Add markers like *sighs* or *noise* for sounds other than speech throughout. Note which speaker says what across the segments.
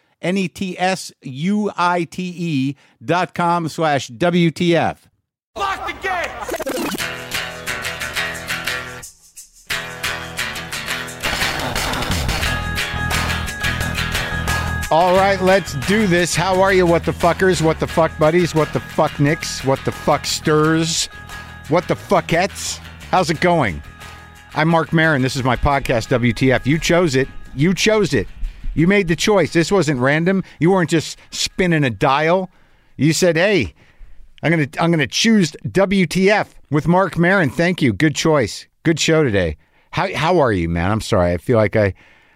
Speaker 1: N E T S U I T E dot com slash WTF.
Speaker 2: Lock the gate!
Speaker 1: All right, let's do this. How are you, what the fuckers, what the fuck buddies, what the fuck nicks, what the fuck stirs, what the fuckettes? How's it going? I'm Mark Marin. This is my podcast, WTF. You chose it. You chose it. You made the choice. This wasn't random. You weren't just spinning a dial. You said, hey, I'm gonna I'm gonna choose WTF with Mark Marin. Thank you. Good choice. Good show today. How how are you, man? I'm sorry. I feel like I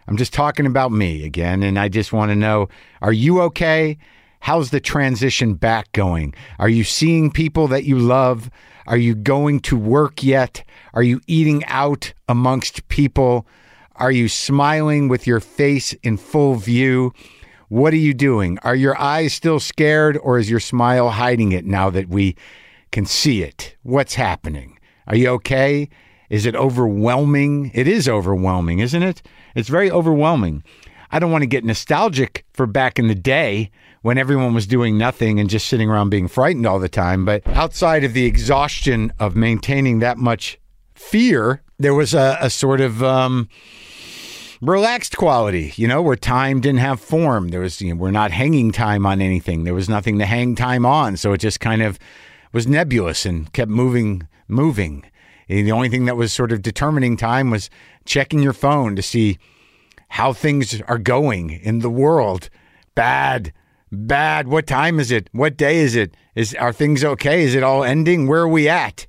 Speaker 1: I'm just talking about me again, and I just want to know: Are you okay? How's the transition back going? Are you seeing people that you love? Are you going to work yet? Are you eating out amongst people? Are you smiling with your face in full view? What are you doing? Are your eyes still scared or is your smile hiding it now that we can see it? What's happening? Are you okay? Is it overwhelming? It is overwhelming, isn't it? It's very overwhelming. I don't want to get nostalgic for back in the day when everyone was doing nothing and just sitting around being frightened all the time, but outside of the exhaustion of maintaining that much fear, there was a, a sort of um, relaxed quality, you know, where time didn't have form. There was, you know, we're not hanging time on anything. There was nothing to hang time on. So it just kind of was nebulous and kept moving, moving. And the only thing that was sort of determining time was checking your phone to see how things are going in the world. Bad, bad. What time is it? What day is it? Is are things okay? Is it all ending? Where are we at?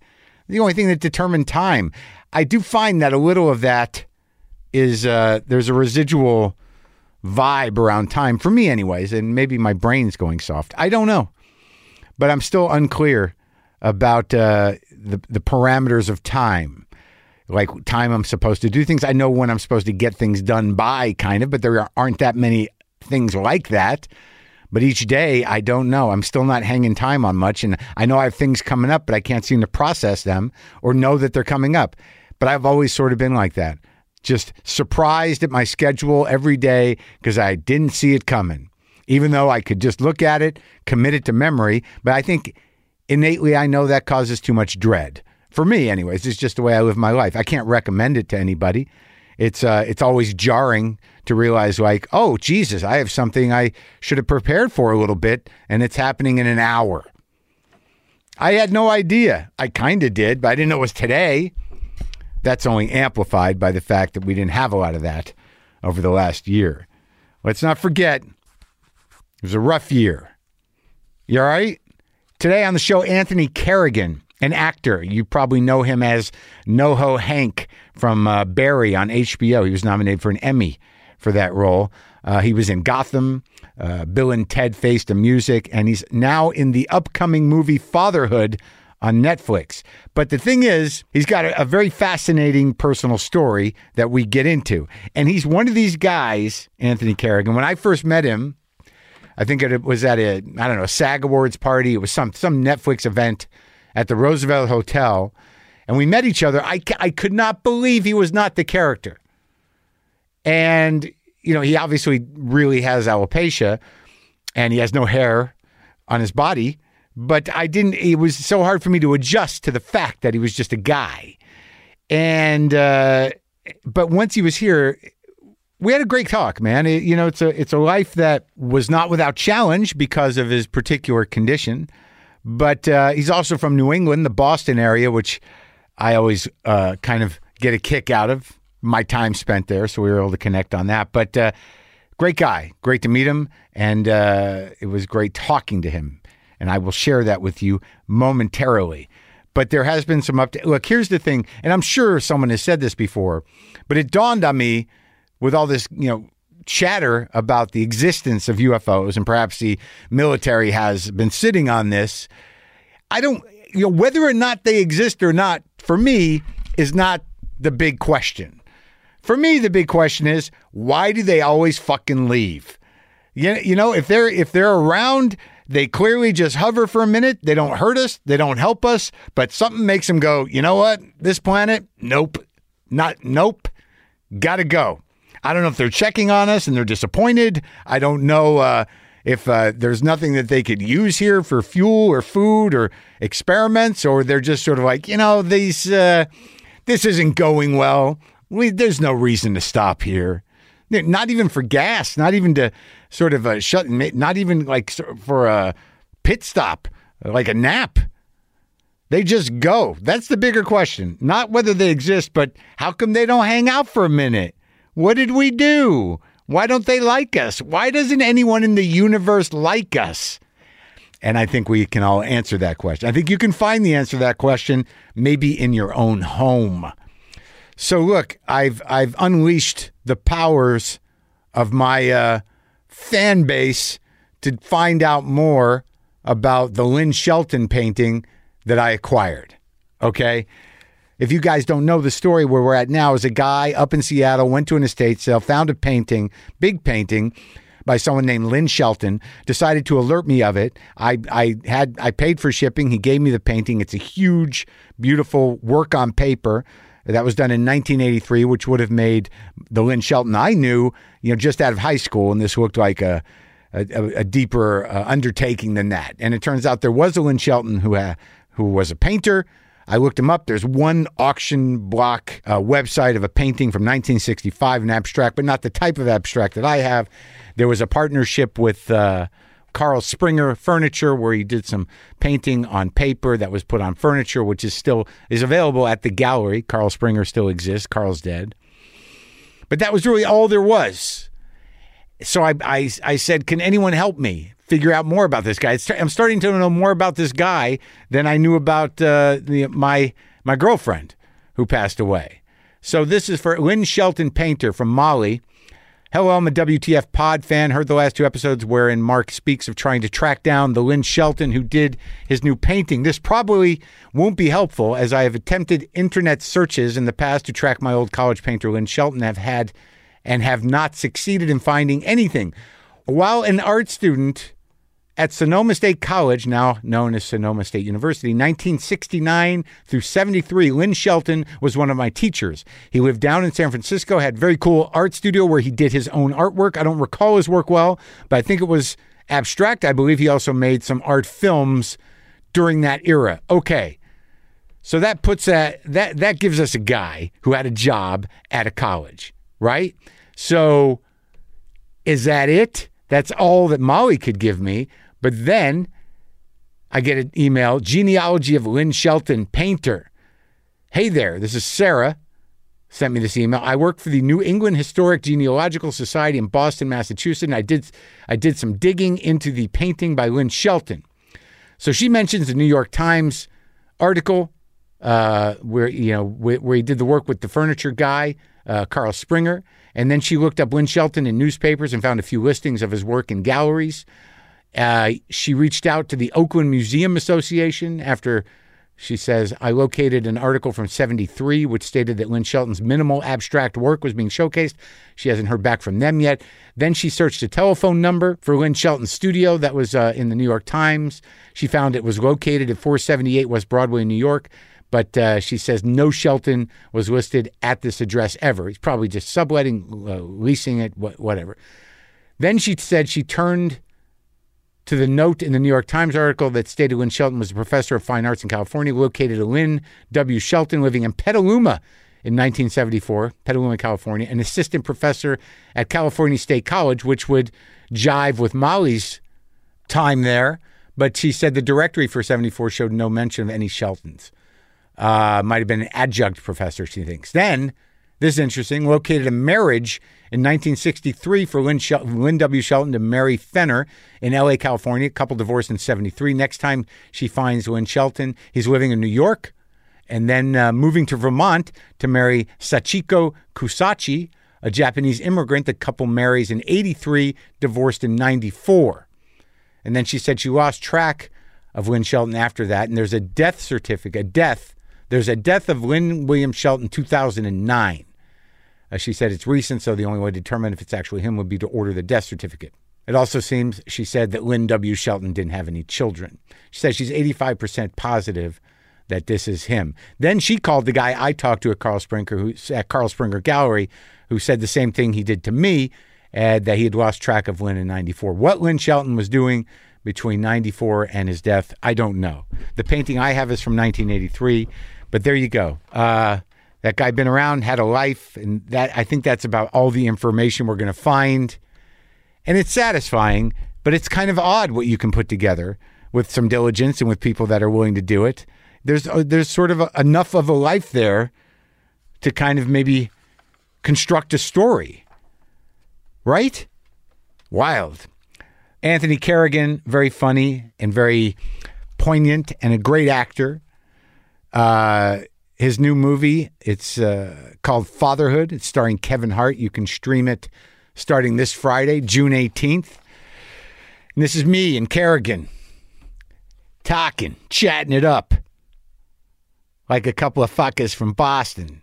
Speaker 1: The only thing that determined time. I do find that a little of that is uh, there's a residual vibe around time for me, anyways, and maybe my brain's going soft. I don't know, but I'm still unclear about uh, the the parameters of time, like time I'm supposed to do things. I know when I'm supposed to get things done by, kind of, but there aren't that many things like that. But each day, I don't know. I'm still not hanging time on much. And I know I have things coming up, but I can't seem to process them or know that they're coming up. But I've always sort of been like that, just surprised at my schedule every day because I didn't see it coming, even though I could just look at it, commit it to memory. But I think innately, I know that causes too much dread. For me, anyways, it's just the way I live my life. I can't recommend it to anybody it's uh, it's always jarring to realize like, oh Jesus, I have something I should have prepared for a little bit, and it's happening in an hour. I had no idea. I kind of did, but I didn't know it was today. That's only amplified by the fact that we didn't have a lot of that over the last year. Let's not forget, it was a rough year. You all right? Today on the show, Anthony Kerrigan, an actor. You probably know him as NoHo Hank from uh, Barry on HBO. He was nominated for an Emmy for that role. Uh, he was in Gotham, uh, Bill and Ted Face the Music, and he's now in the upcoming movie Fatherhood on Netflix. But the thing is, he's got a, a very fascinating personal story that we get into. And he's one of these guys, Anthony Kerrigan. When I first met him, I think it was at a I don't know a SAG Awards party. It was some some Netflix event at the Roosevelt Hotel, and we met each other. I ca- I could not believe he was not the character, and you know he obviously really has alopecia, and he has no hair on his body. But I didn't. It was so hard for me to adjust to the fact that he was just a guy, and uh, but once he was here, we had a great talk, man. It- you know, it's a it's a life that was not without challenge because of his particular condition, But uh, he's also from New England, the Boston area, which I always uh, kind of get a kick out of my time spent there. So we were able to connect on that. But uh, great guy. Great to meet him. And uh, it was great talking to him. And I will share that with you momentarily. But there has been some update. Look, here's the thing, and I'm sure someone has said this before, but it dawned on me with all this, you know, chatter about the existence of UFOs, and perhaps the military has been sitting on this. I don't, you know, whether or not they exist or not, for me, is not the big question. For me, the big question is why do they always fucking leave? You, you know, if they're if they're around, they clearly just hover for a minute. They don't hurt us. They don't help us. But something makes them go. You know what? This planet, nope, not nope, gotta go. I don't know if they're checking on us and they're disappointed. I don't know uh, if uh, there's nothing that they could use here for fuel or food or experiments, or they're just sort of like, you know, these uh, this isn't going well. We, there's no reason to stop here. Not even for gas. Not even to sort of uh, shut. Not even like sor- for a pit stop, like a nap. They just go. That's the bigger question. Not whether they exist, but how come they don't hang out for a minute? What did we do? Why don't they like us? Why doesn't anyone in the universe like us? And I think we can all answer that question. I think you can find the answer to that question maybe in your own home. So look, I've I've unleashed the powers of my uh, fan base to find out more about the Lynn Shelton painting that I acquired. Okay. If you guys don't know the story where we're at now is a guy up in Seattle went to an estate sale, found a painting, big painting by someone named Lynn Shelton, decided to alert me of it. I, I had I paid for shipping. He gave me the painting. It's a huge, beautiful work on paper that was done in 1983, which would have made the Lynn Shelton I knew, you know, just out of high school, and this looked like a a, a- a deeper uh, undertaking than that. And it turns out there was a Lynn Shelton who ha- who was a painter. I looked him up. There's one auction block uh, website of a painting from 1965, an abstract, but not the type of abstract that I have. There was a partnership with. Uh, Carl Springer furniture, where he did some painting on paper that was put on furniture, which is still is available at the gallery. Carl Springer still exists. Carl's dead, but that was really all there was. So I I, I said, can anyone help me figure out more about this guy? It's, I'm starting to know more about this guy than I knew about uh, the, my my girlfriend who passed away. So this is for Lynn Shelton Painter from Mali. Hello, I'm a WTF pod fan. Heard the last two episodes wherein Mark speaks of trying to track down the Lynn Shelton who did his new painting. This probably won't be helpful as I have attempted internet searches in the past to track my old college painter Lynn Shelton have had and have not succeeded in finding anything. While an art student at Sonoma State College, now known as Sonoma State University, 1969 through 73, Lynn Shelton was one of my teachers. He lived down in San Francisco, had very cool art studio where he did his own artwork. I don't recall his work well, but I think it was abstract. I believe he also made some art films during that era. Okay. So that puts that that that gives us a guy who had a job at a college, right? So is that it? That's all that Molly could give me. But then I get an email genealogy of Lynn Shelton, painter. Hey there, this is Sarah. Sent me this email. I work for the New England Historic Genealogical Society in Boston, Massachusetts. And I did I did some digging into the painting by Lynn Shelton. So she mentions the New York Times article uh, where you know where, where he did the work with the furniture guy, uh, Carl Springer, and then she looked up Lynn Shelton in newspapers and found a few listings of his work in galleries. Uh, she reached out to the Oakland Museum Association after she says, I located an article from 73 which stated that Lynn Shelton's minimal abstract work was being showcased. She hasn't heard back from them yet. Then she searched a telephone number for Lynn Shelton's studio that was uh, in the New York Times. She found it was located at 478 West Broadway, New York. But uh, she says no Shelton was listed at this address ever. He's probably just subletting, uh, leasing it, wha- whatever. Then she said she turned to the note in the New York Times article that stated Lynn Shelton was a professor of fine arts in California, located at Lynn W. Shelton, living in Petaluma in 1974, Petaluma, California, an assistant professor at California State College, which would jive with Molly's time there. But she said the directory for 74 showed no mention of any Sheltons. Uh, might have been an adjunct professor, she thinks. Then, this is interesting, located a marriage in 1963 for Lynn, Shel- Lynn W. Shelton to Mary Fenner in LA, California. Couple divorced in 73. Next time she finds Lynn Shelton, he's living in New York and then uh, moving to Vermont to marry Sachiko Kusachi, a Japanese immigrant. The couple marries in 83, divorced in 94. And then she said she lost track of Lynn Shelton after that. And there's a death certificate, a death. There's a death of Lynn William Shelton 2009. Uh, she said it's recent, so the only way to determine if it's actually him would be to order the death certificate. It also seems, she said, that Lynn W. Shelton didn't have any children. She says she's 85% positive that this is him. Then she called the guy I talked to at Carl Springer, who's at Carl Springer Gallery, who said the same thing he did to me, uh, that he had lost track of Lynn in 94. What Lynn Shelton was doing between 94 and his death, I don't know. The painting I have is from 1983, but there you go. Uh, that guy been around, had a life, and that I think that's about all the information we're going to find. And it's satisfying, but it's kind of odd what you can put together with some diligence and with people that are willing to do it. There's uh, there's sort of a, enough of a life there to kind of maybe construct a story, right? Wild. Anthony Kerrigan, very funny and very poignant and a great actor. Uh, his new movie, it's uh, called Fatherhood. It's starring Kevin Hart. You can stream it starting this Friday, June 18th. And this is me and Kerrigan talking, chatting it up like a couple of fuckers from Boston.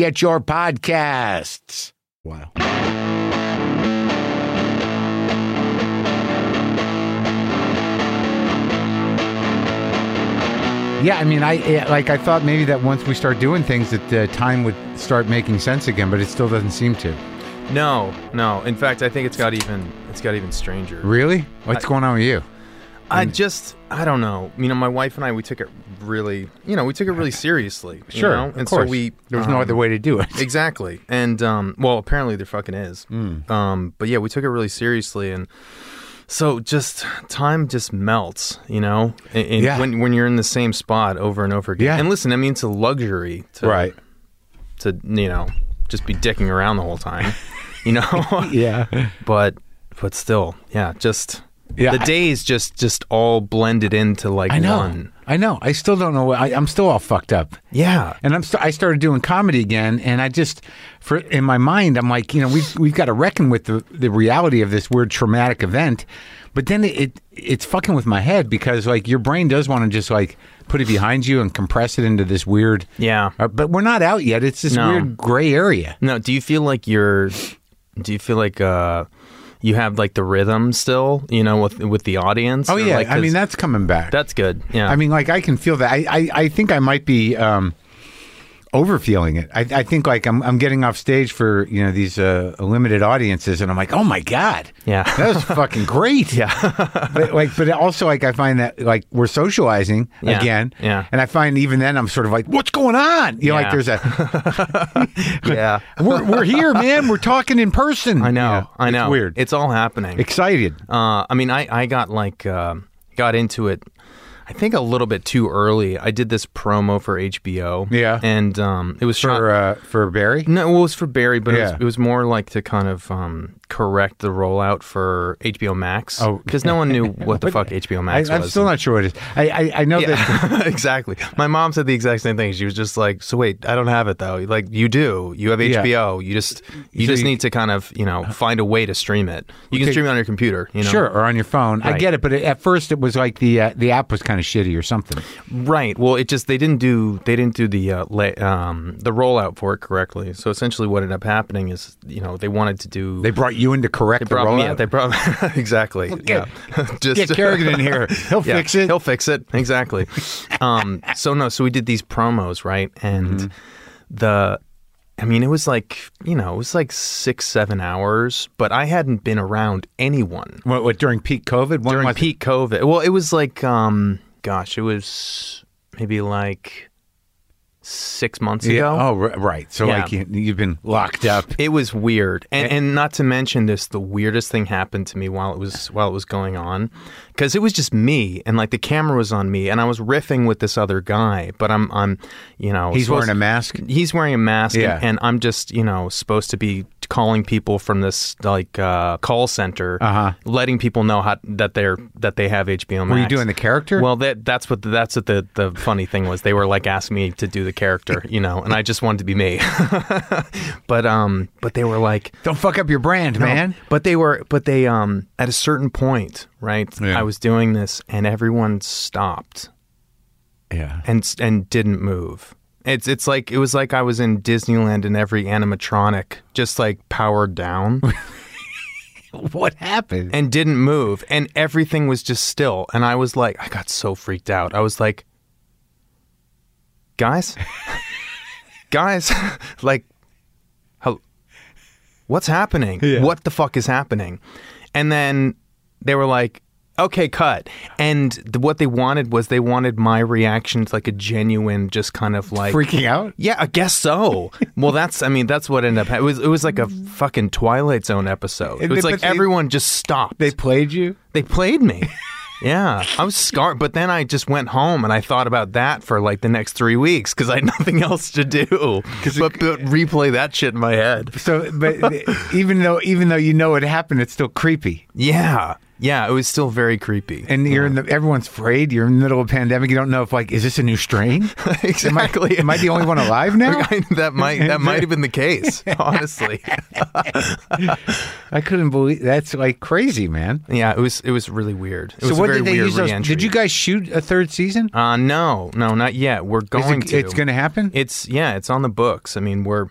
Speaker 1: your podcasts. Wow. Yeah, I mean, I yeah, like I thought maybe that once we start doing things, that uh, time would start making sense again, but it still doesn't seem to.
Speaker 3: No, no. In fact, I think it's got even it's got even stranger.
Speaker 1: Really? What's going on with you?
Speaker 3: I just I don't know. You know, my wife and I we took it really, you know, we took it really seriously. you know?
Speaker 1: of
Speaker 3: and so
Speaker 1: course.
Speaker 3: we
Speaker 1: there was no
Speaker 3: um,
Speaker 1: other way to do it.
Speaker 3: Exactly. And um, well, apparently there fucking is.
Speaker 1: Hmm.
Speaker 3: Um, but yeah, we took it really seriously, and so just time just melts, you know. And, and
Speaker 1: Yeah.
Speaker 3: When when you're in the same spot over and over again.
Speaker 1: Yeah.
Speaker 3: And listen, I mean, it's a luxury to
Speaker 1: Right.
Speaker 3: to you know just be dicking around the whole time, *laughs*
Speaker 1: *laughs*
Speaker 3: you know.
Speaker 1: Yeah.
Speaker 3: But but still, yeah, just.
Speaker 1: Yeah,
Speaker 3: the
Speaker 1: I-
Speaker 3: days just just all blended into like
Speaker 1: I know.
Speaker 3: one.
Speaker 1: I know. I still don't know. What, I, I'm still all fucked up.
Speaker 3: Yeah.
Speaker 1: And I'm st- I started doing comedy again, and I just for in my mind I'm like, you know, we've we've got to reckon with the, the reality of this weird traumatic event, but then it, it it's fucking with my head because like your brain does want to just like put it behind you and compress it into this weird
Speaker 3: Yeah.
Speaker 1: Uh, but we're not out yet. It's this
Speaker 3: No.
Speaker 1: weird gray area.
Speaker 3: No, do you feel like you're do you feel like uh you have like the rhythm still, you know, with with the audience?
Speaker 1: Oh
Speaker 3: Or,
Speaker 1: yeah,
Speaker 3: like,
Speaker 1: I
Speaker 3: 'cause
Speaker 1: mean that's coming back.
Speaker 3: that's good. Yeah.
Speaker 1: I mean, like I can feel that. I, I, I think I might be um, overfeeling it. I, I think like I'm, I'm getting off stage for you know these uh, limited audiences, and I'm like, oh my god,
Speaker 3: Yeah.
Speaker 1: *laughs* that was fucking great.
Speaker 3: yeah.
Speaker 1: *laughs* but like, but also like I find that like we're socializing
Speaker 3: Yeah.
Speaker 1: again,
Speaker 3: Yeah.
Speaker 1: and I find even then I'm sort of like, what's going on? You know, like
Speaker 3: Yeah.
Speaker 1: there's
Speaker 3: *laughs*
Speaker 1: a
Speaker 3: yeah.
Speaker 1: *laughs* we're we're here, man. We're talking in person.
Speaker 3: I know.
Speaker 1: Yeah.
Speaker 3: I
Speaker 1: It's
Speaker 3: know.
Speaker 1: weird.
Speaker 3: It's all happening.
Speaker 1: excited.
Speaker 3: Uh, I mean, I, I got like uh, got into it. I think a little bit too early. I did this promo for HBO.
Speaker 1: Yeah.
Speaker 3: and um, it was shot-
Speaker 1: For uh, for Barry,
Speaker 3: No, well, it was for Barry, but it,
Speaker 1: Yeah.
Speaker 3: was, it was more like to kind of um, correct the rollout for HBO Max.
Speaker 1: Oh.
Speaker 3: because no
Speaker 1: *laughs*
Speaker 3: one knew what the fuck HBO
Speaker 1: I,
Speaker 3: Max
Speaker 1: I'm
Speaker 3: was.
Speaker 1: still not sure what it is. I, I, I know that.
Speaker 3: yeah, *laughs* exactly. My mom said the exact same thing. She was just like, "So wait, I don't have it though. Like you do. You have
Speaker 1: Yeah.
Speaker 3: HBO. You just you
Speaker 1: So
Speaker 3: just
Speaker 1: you- Uh-huh.
Speaker 3: need to kind of you know find a way to stream it. You can
Speaker 1: Okay.
Speaker 3: stream it on your computer. You know,
Speaker 1: Sure, or on your phone. I
Speaker 3: Right.
Speaker 1: get it, but at first it was like the uh, the app was kind of shitty or something.
Speaker 3: Right. Well, it just they didn't do they didn't do the uh, la- um, the rollout for it correctly. So essentially, what ended up happening is you know they wanted to do
Speaker 1: They brought you in to correct the
Speaker 3: brought me- *laughs*
Speaker 1: rollout.
Speaker 3: they brought exactly
Speaker 1: get-
Speaker 3: yeah just
Speaker 1: Get Kerrigan in *laughs* here. He'll
Speaker 3: *laughs* Yeah,
Speaker 1: fix it.
Speaker 3: He'll fix it.
Speaker 1: *laughs*
Speaker 3: Exactly. um, so no, so we did these promos, right? And
Speaker 1: Mm-hmm.
Speaker 3: the I mean, it was like, you know, it was like six, seven hours, but I hadn't been around anyone
Speaker 1: What, what, during peak COVID? When
Speaker 3: during
Speaker 1: was it?
Speaker 3: peak COVID. Well, it was like, um, gosh, it was maybe like six months ago.
Speaker 1: Oh, ri- right. So
Speaker 3: Yeah.
Speaker 1: like you, you've been locked up.
Speaker 3: It was weird, and, and not to mention this, the weirdest thing happened to me while it was while it was going on, because it was just me, and like the camera was on me, and I was riffing with this other guy, but I'm I'm, you know,
Speaker 1: He's
Speaker 3: supposed-
Speaker 1: wearing a mask.
Speaker 3: He's wearing a mask,
Speaker 1: Yeah.
Speaker 3: and, and I'm just you know supposed to be calling people from this like uh, call center,
Speaker 1: Uh-huh.
Speaker 3: letting people know how that they're that they have HBO Max.
Speaker 1: Were you doing the character?
Speaker 3: Well, that that's what that's what the the funny thing was. They were like asking me to do the
Speaker 1: *laughs*
Speaker 3: character, you know, and I just wanted to be me. *laughs* but um, but they were like, oh,
Speaker 1: don't fuck up your brand, man.
Speaker 3: but they were, but they um, at a certain point, right?
Speaker 1: Yeah.
Speaker 3: I was doing this, and everyone stopped
Speaker 1: Yeah.
Speaker 3: and s- and didn't move. It's it's like it was like I was in Disneyland, and every animatronic just like powered down.
Speaker 1: *laughs* What happened?
Speaker 3: and didn't move and everything was just still and i was like i got so freaked out i was like guys *laughs* guys *laughs* like hel- what's happening what the fuck is happening and then they were like okay cut and th- what they wanted was they wanted my reaction to like a genuine just kind of like
Speaker 1: Freaking out?
Speaker 3: yeah, I
Speaker 1: *laughs*
Speaker 3: guess so. well, that's I mean that's what ended up. hap- It was it was like a fucking Twilight Zone episode. It
Speaker 1: And
Speaker 3: was
Speaker 1: they- but
Speaker 3: like
Speaker 1: they-
Speaker 3: everyone just stopped.
Speaker 1: They played you?
Speaker 3: they played me. *laughs* yeah, I was scarred. But then I just went home and I thought about that for like the next three weeks because I had *laughs* nothing else to do but, but replay that shit in my head.
Speaker 1: So, but even though even though you know it happened, it's still creepy.
Speaker 3: Yeah, yeah, it was still very creepy.
Speaker 1: And you're in the, everyone's afraid. You're in the middle of a pandemic. You don't know if like is this a new strain?
Speaker 3: *laughs*
Speaker 1: *laughs*
Speaker 3: *laughs* exactly.
Speaker 1: Am I the only one alive
Speaker 3: *laughs*
Speaker 1: now?
Speaker 3: that might that might have been the
Speaker 1: *laughs*
Speaker 3: case, honestly.
Speaker 1: I couldn't believe that's like crazy, man.
Speaker 3: yeah, it was it was really weird. It was
Speaker 1: so
Speaker 3: a
Speaker 1: what
Speaker 3: very
Speaker 1: did they
Speaker 3: weird
Speaker 1: use? Those,
Speaker 3: re-entry.
Speaker 1: did you guys shoot a third season?
Speaker 3: Uh, no, no, not yet. We're
Speaker 1: Is it-
Speaker 3: going to.
Speaker 1: It's going to happen.
Speaker 3: It's yeah, it's on the books. I mean, we're,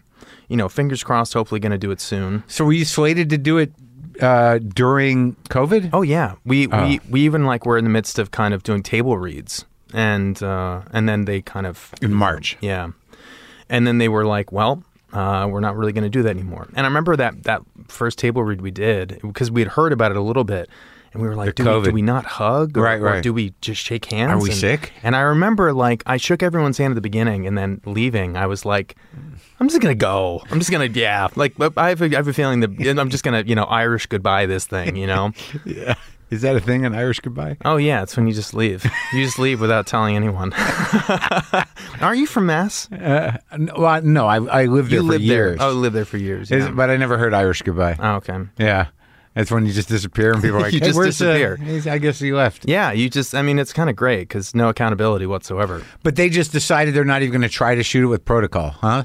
Speaker 3: you know, fingers crossed. Hopefully, going to do it soon.
Speaker 1: so were you slated to do it uh, during COVID?
Speaker 3: Oh yeah, we
Speaker 1: Uh.
Speaker 3: we we even like we're in the midst of kind of doing table reads, and uh, and then they kind of
Speaker 1: in
Speaker 3: *laughs*
Speaker 1: March.
Speaker 3: yeah, and then they were like, well. Uh, we're not really going to do that anymore. And I remember that that first table read we did because we had heard about it a little bit, and we were like,
Speaker 1: The
Speaker 3: do we, do
Speaker 1: COVID.
Speaker 3: we not hug? Or,
Speaker 1: Right,
Speaker 3: or
Speaker 1: right.
Speaker 3: do we just shake hands?
Speaker 1: we
Speaker 3: And-
Speaker 1: sick?
Speaker 3: And I remember like I shook everyone's hand at the beginning, and then leaving, I was like, I'm just gonna go. I'm just gonna yeah. Like but I have a, I have a feeling that and I'm just gonna you know Irish goodbye this thing.
Speaker 1: *laughs*
Speaker 3: You know.
Speaker 1: Is that a thing? An Irish goodbye?
Speaker 3: Oh yeah, it's when you just leave. You just leave without telling anyone. *laughs* Are you from Mass?
Speaker 1: No, well, no I, I lived there
Speaker 3: Uh, you
Speaker 1: for
Speaker 3: lived
Speaker 1: years,
Speaker 3: there. Oh, lived there for years.
Speaker 1: Is-
Speaker 3: yeah.
Speaker 1: but I never heard Irish goodbye.
Speaker 3: oh, okay.
Speaker 1: Yeah, that's when you just disappear and people
Speaker 3: *laughs*
Speaker 1: are like,
Speaker 3: You
Speaker 1: "Hey,
Speaker 3: just
Speaker 1: where's, uh,
Speaker 3: disappear.
Speaker 1: he's- I guess he left.
Speaker 3: Yeah, you just. I mean, it's kind of great because no accountability whatsoever.
Speaker 1: But they just decided they're not even going to try to shoot it with protocol, huh?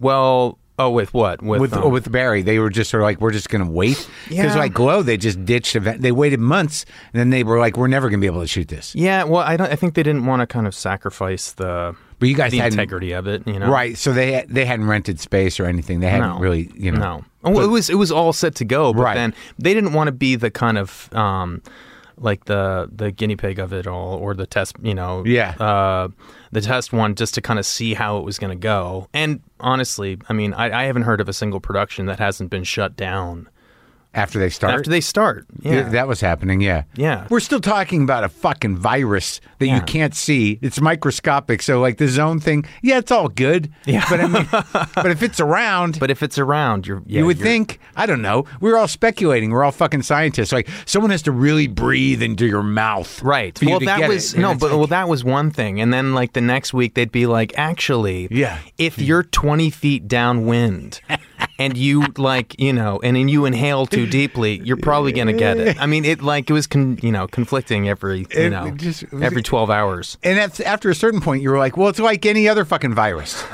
Speaker 3: Well, oh, with what? With
Speaker 1: With
Speaker 3: um,
Speaker 1: with Barry, they were just sort of like, we're just going to wait. Because
Speaker 3: Yeah.
Speaker 1: like Glow, they just ditched. Event. They waited months, and then they were like, we're never going to be able to shoot this.
Speaker 3: Yeah, well, I don't. I think they didn't want to kind of sacrifice the
Speaker 1: But you guys
Speaker 3: the
Speaker 1: hadn't-
Speaker 3: integrity of it. You know,
Speaker 1: Right. So they they hadn't rented space or anything. They hadn't
Speaker 3: No,
Speaker 1: really, you know.
Speaker 3: no. Oh, it was it was all set to go, but
Speaker 1: Right.
Speaker 3: then they didn't want to be the kind of um, like the the guinea pig of it all, or the test. You know,
Speaker 1: Yeah.
Speaker 3: uh, the test one just to kind of see how it was going to go. And honestly, I mean, I, I haven't heard of a single production that hasn't been shut down
Speaker 1: After they started.
Speaker 3: after they start. Yeah,
Speaker 1: Th- That was happening, yeah.
Speaker 3: Yeah.
Speaker 1: We're still talking about a fucking virus that you
Speaker 3: Yeah.
Speaker 1: can't see. It's microscopic. So, like the zone thing, yeah, it's all good. Yeah. But, I *laughs* mean, but if it's around,
Speaker 3: but if it's around, you're yeah,
Speaker 1: you would
Speaker 3: you're-
Speaker 1: think, I don't know. We were all speculating. We're all fucking scientists. Like, someone has to really breathe into your mouth.
Speaker 3: Right.
Speaker 1: for you
Speaker 3: well,
Speaker 1: to
Speaker 3: that
Speaker 1: get it.
Speaker 3: was
Speaker 1: And
Speaker 3: no,
Speaker 1: it's
Speaker 3: but
Speaker 1: like-
Speaker 3: well, that was one thing. And then like the next week, they'd be like, actually,
Speaker 1: Yeah. *laughs*
Speaker 3: if you're 20 feet downwind and you like you know and then you inhale too deeply, you're probably gonna get it. I mean, it like it was con- you know conflicting every you
Speaker 1: It
Speaker 3: know
Speaker 1: just- it was-
Speaker 3: every twelve hours.
Speaker 1: And that's, after a certain point, you were like, well, it's like any other fucking
Speaker 3: *laughs*
Speaker 1: virus.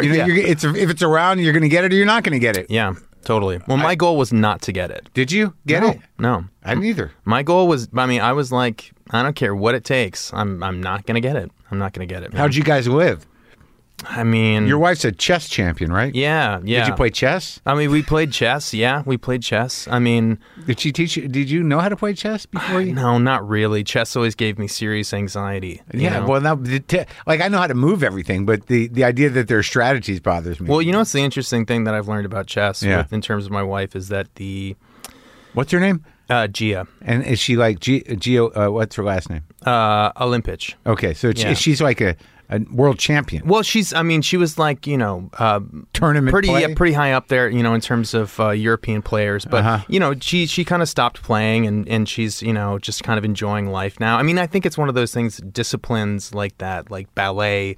Speaker 1: You know,
Speaker 3: Yeah.
Speaker 1: you're, it's, if it's around, you're going to get it or you're not going to get it.
Speaker 3: Yeah, totally. Well, my goal was not to get it.
Speaker 1: Did you get it?
Speaker 3: No,
Speaker 1: I didn't either.
Speaker 3: my goal was. I mean, I was like, I don't care what it takes. I'm I'm not gonna get it. I'm not gonna get it. man.
Speaker 1: How'd you guys live?
Speaker 3: I mean,
Speaker 1: Your wife's a chess champion, right?
Speaker 3: yeah, yeah.
Speaker 1: Did you play chess?
Speaker 3: I mean, we played chess. Yeah, we played chess. I mean,
Speaker 1: Did she teach you? Did you know how to play chess before you?
Speaker 3: no, not really. Chess always gave me serious anxiety. you
Speaker 1: Yeah,
Speaker 3: know?
Speaker 1: well, now, the te- like I know how to move everything, but the, the idea that there are strategies bothers me.
Speaker 3: Well, you know, what's the interesting thing that I've learned about chess
Speaker 1: Yeah.
Speaker 3: with, in terms of my wife is that the
Speaker 1: what's her name?
Speaker 3: uh, Gia
Speaker 1: And is she like G- Geo? Uh, what's her last name?
Speaker 3: uh, Olympich.
Speaker 1: Okay, so she-
Speaker 3: Yeah.
Speaker 1: she's like a, a world champion,
Speaker 3: Well, she's. I mean, she was like you know, uh,
Speaker 1: tournament
Speaker 3: pretty
Speaker 1: play?
Speaker 3: yeah, pretty high up there. You know, in terms of uh, European players. But
Speaker 1: Uh-huh.
Speaker 3: you know, she she kind of stopped playing, and and she's you know just kind of enjoying life now. I mean, I think it's one of those things. Disciplines like that, like ballet.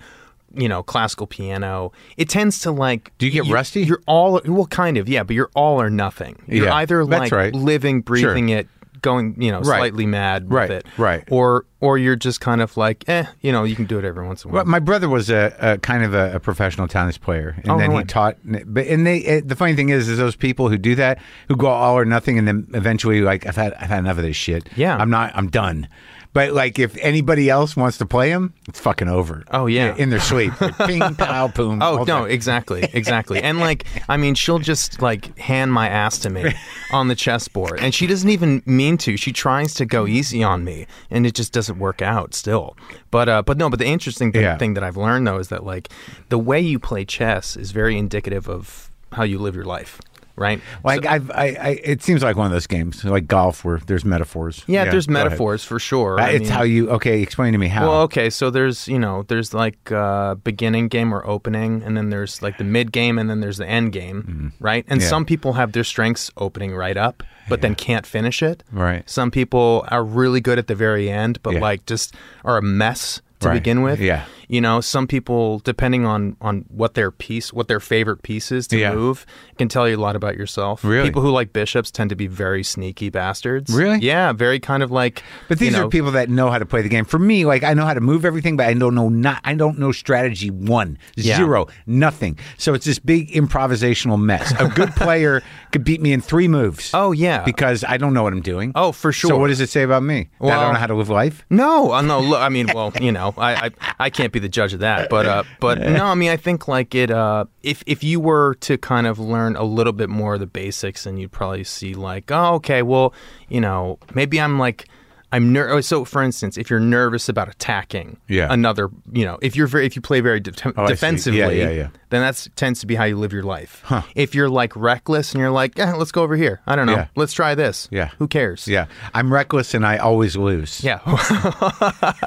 Speaker 3: You know, classical piano. It tends to like.
Speaker 1: Do you get rusty?
Speaker 3: You're all well, kind of, yeah. But you're all or nothing. You're
Speaker 1: Yeah,
Speaker 3: either
Speaker 1: that's
Speaker 3: like
Speaker 1: right.
Speaker 3: living, breathing it, going, you know,
Speaker 1: Right.
Speaker 3: slightly mad
Speaker 1: Right,
Speaker 3: with it,
Speaker 1: right.
Speaker 3: Or, or you're just kind of like, eh, you know, you can do it every once in a while.
Speaker 1: But my brother was a, a kind of a, a professional tennis player, and
Speaker 3: Oh,
Speaker 1: then
Speaker 3: no
Speaker 1: he
Speaker 3: way.
Speaker 1: taught. But and they eh, the funny thing is, is those people who do that who go all or nothing, and then eventually like I've had I've had enough of this shit.
Speaker 3: Yeah.
Speaker 1: I'm not. I'm done. But like, if anybody else wants to play him, it's fucking over.
Speaker 3: Oh, yeah.
Speaker 1: in their sleep, Like, ping, *laughs* pow, boom.
Speaker 3: Oh
Speaker 1: all
Speaker 3: no,
Speaker 1: that. *laughs*
Speaker 3: exactly, exactly. and like, I mean, she'll just like hand my ass
Speaker 1: *laughs*
Speaker 3: to me on the chessboard, and she doesn't even mean to. She tries to go easy on me, and it just doesn't work out still. But uh, but no, but the interesting thing,
Speaker 1: Yeah.
Speaker 3: thing that I've learned though is that like the way you play chess is very indicative of how you live your life, right?
Speaker 1: Like I've, I, I, it seems like one of those games, like golf, where there's metaphors.
Speaker 3: yeah, there's
Speaker 1: go ahead.
Speaker 3: metaphors for sure.
Speaker 1: Uh,
Speaker 3: I
Speaker 1: it's
Speaker 3: mean-
Speaker 1: how you. Okay, explain to me how.
Speaker 3: Well, okay, so there's you know there's like uh, beginning game or opening, and then there's like the mid game, and then there's the end game, right? And
Speaker 1: Mm-hmm. Yeah.
Speaker 3: some people have their strengths opening right up, but then can't finish it.
Speaker 1: Right.
Speaker 3: Some people are really good at the very end, but
Speaker 1: Yeah.
Speaker 3: like just are a mess to
Speaker 1: Right.
Speaker 3: begin with.
Speaker 1: Yeah.
Speaker 3: You know, some people, depending on on what their piece, what their favorite piece is to
Speaker 1: Yeah.
Speaker 3: move, can tell you a lot about yourself.
Speaker 1: Really?
Speaker 3: People who like bishops tend to be very sneaky bastards.
Speaker 1: Really?
Speaker 3: Yeah. Very kind of like.
Speaker 1: But these
Speaker 3: you
Speaker 1: are
Speaker 3: know,
Speaker 1: people that know how to play the game. For me, like I know how to move everything, but I don't know not I don't know strategy one,
Speaker 3: Yeah.
Speaker 1: zero, nothing. So it's this big improvisational mess. A
Speaker 3: *laughs*
Speaker 1: good player could beat me in three moves.
Speaker 3: Oh yeah.
Speaker 1: because I don't know what I'm doing.
Speaker 3: Oh, for
Speaker 1: So
Speaker 3: sure.
Speaker 1: what does it say about me? That I
Speaker 3: Well-
Speaker 1: don't know how to live life.
Speaker 3: No, uh, no. Look, I mean, well, you know, I, I, I can't be the judge of that, but uh, but no, I mean, I think like it. Uh, if if you were to kind of learn a little bit more of the basics, and you'd probably see like, oh, okay, well, you know, maybe I'm like. I'm ner- oh, so for instance, if you're nervous about attacking
Speaker 1: Yeah. Oh,
Speaker 3: another, you know, if you're very, if you play very de-
Speaker 1: I see. Yeah,
Speaker 3: defensively,
Speaker 1: yeah, yeah.
Speaker 3: then that tends to be how you live your life. If you're like reckless and you're like, eh, let's go over here, I don't know,
Speaker 1: Yeah.
Speaker 3: let's try this,
Speaker 1: Yeah.
Speaker 3: who cares,
Speaker 1: Yeah, I'm reckless and I always lose.
Speaker 3: yeah.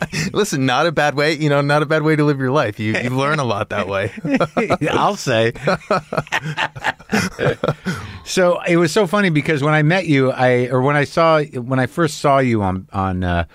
Speaker 3: *laughs* Listen, not a bad way, you know, not a bad way to live your life. You you learn a lot that way.
Speaker 1: *laughs*
Speaker 3: *laughs*
Speaker 1: I'll say. so it was so funny because when I met you, I or when I saw when I first saw you on on uh,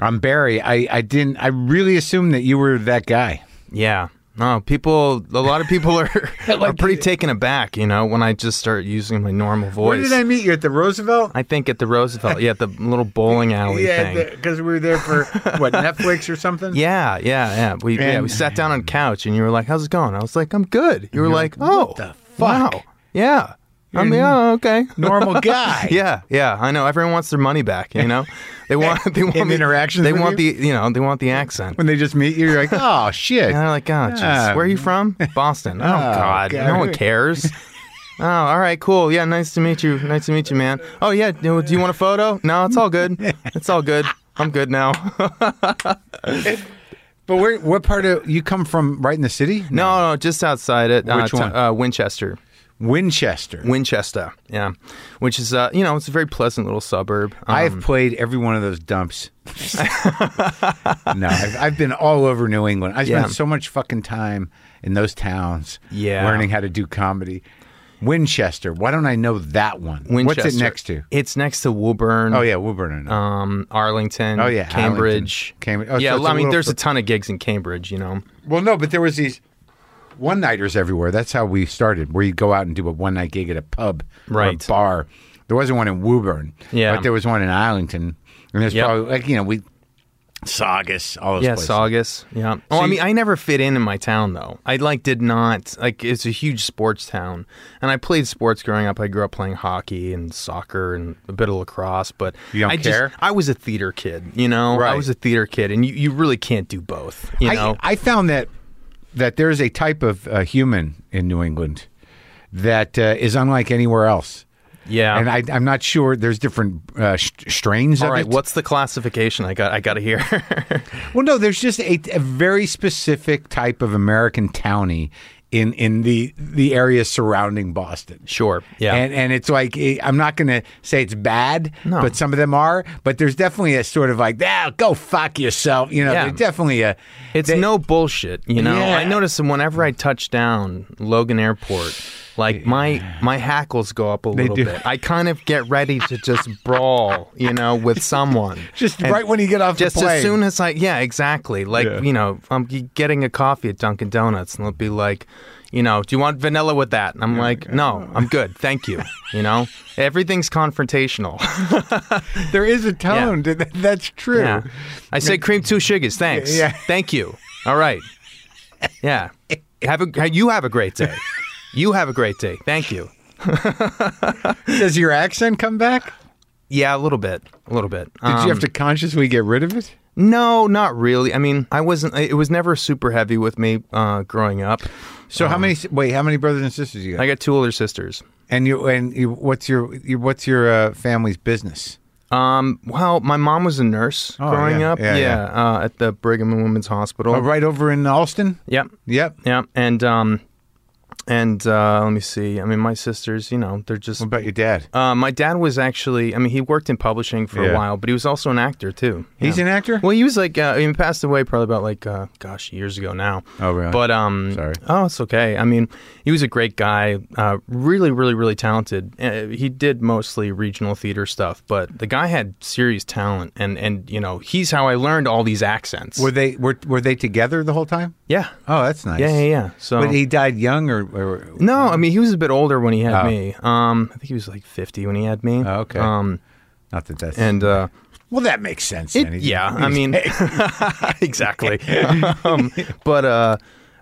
Speaker 1: on Barry, I I didn't I really assumed that you were that guy.
Speaker 3: yeah. No, people a lot of people are, *laughs* are pretty taken aback, you know, when I just start using my normal
Speaker 1: Where
Speaker 3: voice.
Speaker 1: did I meet you at the Roosevelt?
Speaker 3: I think at the Roosevelt, yeah, at the little bowling alley
Speaker 1: yeah,
Speaker 3: thing.
Speaker 1: because we were there for what Netflix or something.
Speaker 3: yeah, yeah, yeah. We yeah,
Speaker 1: And-
Speaker 3: we sat down on a couch and you were like, "How's it going?" I was like, "I'm good." You were like, "Oh,
Speaker 1: the fuck?"
Speaker 3: wow. Yeah. I'm yeah, okay.
Speaker 1: *laughs* normal guy.
Speaker 3: Yeah, yeah, I know. Everyone wants their money back. You know,
Speaker 1: *laughs*
Speaker 3: they want they want
Speaker 1: In
Speaker 3: the-
Speaker 1: interactions
Speaker 3: They
Speaker 1: with
Speaker 3: want
Speaker 1: you?
Speaker 3: the you know they want the accent.
Speaker 1: When they just meet you, you're like, oh shit.
Speaker 3: And they're like, oh, jeez,
Speaker 1: Yeah.
Speaker 3: where are you
Speaker 1: *laughs*
Speaker 3: from? Boston. Oh, God,
Speaker 1: God.
Speaker 3: no one
Speaker 1: *laughs*
Speaker 3: cares. Oh, all right, cool. Yeah, nice to meet you. Nice to meet you, man. Oh yeah, do do you want a photo? No, it's all good. It's all good. I'm good now. *laughs*
Speaker 1: But where? What part of you come from? Right in the city?
Speaker 3: No, no, just outside it.
Speaker 1: Which
Speaker 3: uh,
Speaker 1: one?
Speaker 3: uh, Winchester.
Speaker 1: Winchester.
Speaker 3: Winchester. Yeah, which is uh, you know, it's a very pleasant little suburb. Um,
Speaker 1: I've played every one of those dumps. no, I've, I've been all over New England. I spent
Speaker 3: Yeah.
Speaker 1: so much fucking time in those towns
Speaker 3: Yeah.
Speaker 1: learning how to do comedy. Winchester. Why don't I know that one? What's it
Speaker 3: Winchester.
Speaker 1: next to?
Speaker 3: It's next to Woburn.
Speaker 1: Oh, yeah, Woburn. I know.
Speaker 3: um, Arlington.
Speaker 1: Oh, yeah,
Speaker 3: Cambridge.
Speaker 1: Arlington, Cambridge. Oh, so
Speaker 3: yeah,
Speaker 1: it's a
Speaker 3: I mean,
Speaker 1: little-
Speaker 3: there's a ton of gigs in Cambridge. You know.
Speaker 1: well, no, but there was these one nighters everywhere. That's how we started, where you go out and do a one night gig at a pub or
Speaker 3: Right.
Speaker 1: a bar. There wasn't one in Woburn,
Speaker 3: Yeah.
Speaker 1: but there was one in Arlington. And there's
Speaker 3: Yep.
Speaker 1: probably, like, you know, we, Saugus, all those
Speaker 3: Yeah,
Speaker 1: places.
Speaker 3: Saugus. Yeah. oh, I mean, I never fit in in my town though. I like did not like. It's a huge sports town, and I played sports growing up. I grew up playing hockey and soccer and a bit of lacrosse, but
Speaker 1: You don't
Speaker 3: I
Speaker 1: care?
Speaker 3: Just, I was a theater kid, you know. I
Speaker 1: Right.
Speaker 3: was a theater kid, and you, you really can't do both, you know.
Speaker 1: I, I found that that there's a type of uh, human in New England that uh, is unlike anywhere else.
Speaker 3: yeah.
Speaker 1: And I, I'm not sure. There's different uh, sh- strains
Speaker 3: All
Speaker 1: of
Speaker 3: right.
Speaker 1: it.
Speaker 3: What's the classification? I got. I got to hear. *laughs*
Speaker 1: Well, no, there's just a, a very specific type of American townie in in the the area surrounding Boston.
Speaker 3: sure. Yeah.
Speaker 1: And and it's like eh, I'm not going to say it's bad,
Speaker 3: No.
Speaker 1: but some of them are. But there's definitely a sort of like, ah, go fuck yourself. You know,
Speaker 3: Yeah.
Speaker 1: they're definitely a.
Speaker 3: It's
Speaker 1: they-
Speaker 3: no bullshit, you know.
Speaker 1: Yeah.
Speaker 3: I notice that whenever I touch down Logan Airport, like my my hackles go up a little
Speaker 1: do.
Speaker 3: bit. I kind of get ready to just brawl, you
Speaker 1: *laughs*
Speaker 3: know, with someone.
Speaker 1: just
Speaker 3: And
Speaker 1: right when you get off
Speaker 3: just
Speaker 1: the plane.
Speaker 3: as soon as I yeah, exactly. Like
Speaker 1: Yeah.
Speaker 3: you know, I'm g- getting a coffee at Dunkin' Donuts, and they'll be like, you know, do you want vanilla with that? And I'm like, no, I'm good, thank you. You know, everything's confrontational.
Speaker 1: There is a tone. to that- That's true.
Speaker 3: Yeah. I say cream two sugars. Thanks.
Speaker 1: Yeah.
Speaker 3: Thank you. All right. Yeah. Have a you have a great day. You have a great day. Thank you.
Speaker 1: Does your accent come back?
Speaker 3: Yeah, a little bit. A little bit. Um,
Speaker 1: Did you have to consciously get rid of it?
Speaker 3: No, not really. I mean, I wasn't it was never super heavy with me uh growing up.
Speaker 1: So how many? Wait, how many brothers and sisters you got?
Speaker 3: um, I got two older sisters.
Speaker 1: and you and you, what's your, your what's your uh, family's business?
Speaker 3: Um, well, my mom was a nurse
Speaker 1: Oh,
Speaker 3: growing
Speaker 1: yeah.
Speaker 3: up.
Speaker 1: Yeah,
Speaker 3: Uh, at the Brigham and Women's Hospital.
Speaker 1: Oh, right over in Alston.
Speaker 3: Yep.
Speaker 1: Yep.
Speaker 3: Yeah, and um, and uh, let me see. I mean, my sisters, you know, they're just.
Speaker 1: What about your dad?
Speaker 3: Uh, my dad was actually. I mean, he worked in publishing for
Speaker 1: Yeah.
Speaker 3: a while, but he was also an actor too.
Speaker 1: He's
Speaker 3: Yeah.
Speaker 1: an actor.
Speaker 3: Well, he was like uh, he passed away probably about like uh, gosh years ago now.
Speaker 1: Oh, really?
Speaker 3: But um,
Speaker 1: Sorry.
Speaker 3: Oh, it's okay. I mean, he was a great guy. Uh, really, really, really talented. Uh, he did mostly regional theater stuff, but the guy had serious talent, and and you know, he's how I learned all these accents.
Speaker 1: Were they were were they together the whole time?
Speaker 3: yeah.
Speaker 1: Oh, that's nice.
Speaker 3: Yeah, yeah, yeah. So
Speaker 1: But he died young, or, or
Speaker 3: No, I mean he was a bit older when he had
Speaker 1: Oh.
Speaker 3: me. Um, I think he was like fifty when he had me.
Speaker 1: Oh, okay.
Speaker 3: Um,
Speaker 1: not that that's
Speaker 3: and uh,
Speaker 1: well, that makes sense.
Speaker 3: it-
Speaker 1: then. He's-
Speaker 3: yeah, I
Speaker 1: he's-
Speaker 3: mean, *laughs* exactly. um, but uh,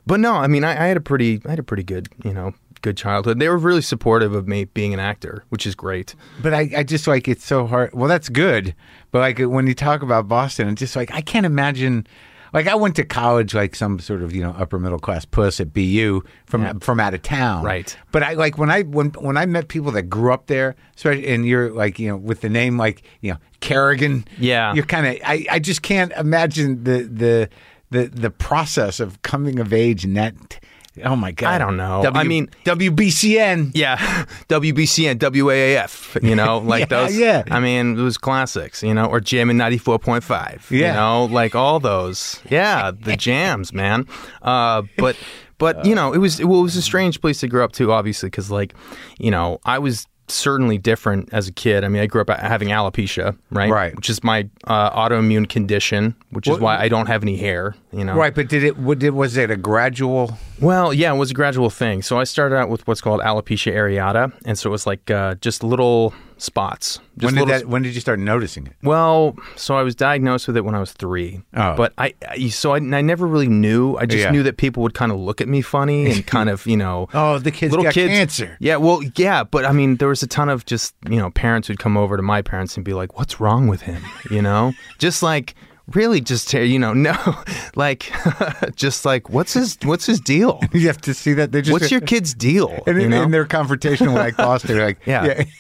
Speaker 3: but no, I mean I, I had a pretty I had a pretty good you know good childhood. They were really supportive of me being an actor, which is great.
Speaker 1: But I, I just like it's so hard. Well, that's good. But like when you talk about Boston, it's just like I can't imagine. Like I went to college like some sort of you know upper middle class puss at BU from from out of town,
Speaker 3: Right.
Speaker 1: But I like when I when when I met people that grew up there, especially and you're like you know with the name like you know Kerrigan,
Speaker 3: Yeah.
Speaker 1: You're kind of I, I just can't imagine the the the the process of coming of age and that. Oh my god,
Speaker 3: I don't know. I mean-
Speaker 1: WBCN,
Speaker 3: Yeah, WBCN, WAAF,
Speaker 1: *laughs*
Speaker 3: you know, like
Speaker 1: Yeah,
Speaker 3: those.
Speaker 1: yeah.
Speaker 3: I mean, it was classics, you know, or Jam in 94.5, you
Speaker 1: Yeah.
Speaker 3: know, like all those. Yeah, the jams, man. Uh, but, but you know, it was, well, it was a strange place to grow up to, obviously, because, like, you know, I was certainly different as a kid. I mean, I grew up having alopecia, right?
Speaker 1: Right.
Speaker 3: Which is my uh, autoimmune condition, which is
Speaker 1: Well-
Speaker 3: why I don't have any hair, you know.
Speaker 1: right? But did it what did was it a gradual?
Speaker 3: Well, yeah, it was a gradual thing. So I started out with what's called alopecia areata, and so it was like uh, just little spots. Just
Speaker 1: when did
Speaker 3: little
Speaker 1: that? When did you start noticing it? *laughs*
Speaker 3: Well, so I was diagnosed with it when I was three.
Speaker 1: Oh.
Speaker 3: But I, I so I, I never really knew. I just
Speaker 1: Yeah.
Speaker 3: knew that people would kind of look at me funny
Speaker 1: *laughs*
Speaker 3: and kind of you know.
Speaker 1: Oh, the kid's
Speaker 3: Little
Speaker 1: got
Speaker 3: kids,
Speaker 1: cancer.
Speaker 3: Yeah, well, yeah, but I mean, there was a ton of just you know parents who'd come over to my parents and be like, "What's wrong with him?" You know, *laughs* just like really, just you know, *laughs* no, like *laughs* just like what's his what's his deal?
Speaker 1: You have to see that they just. *laughs*
Speaker 3: What's your kid's deal?
Speaker 1: And,
Speaker 3: you know?
Speaker 1: and they're confrontational
Speaker 3: *laughs*
Speaker 1: like Boston. Like
Speaker 3: Yeah.
Speaker 1: *laughs*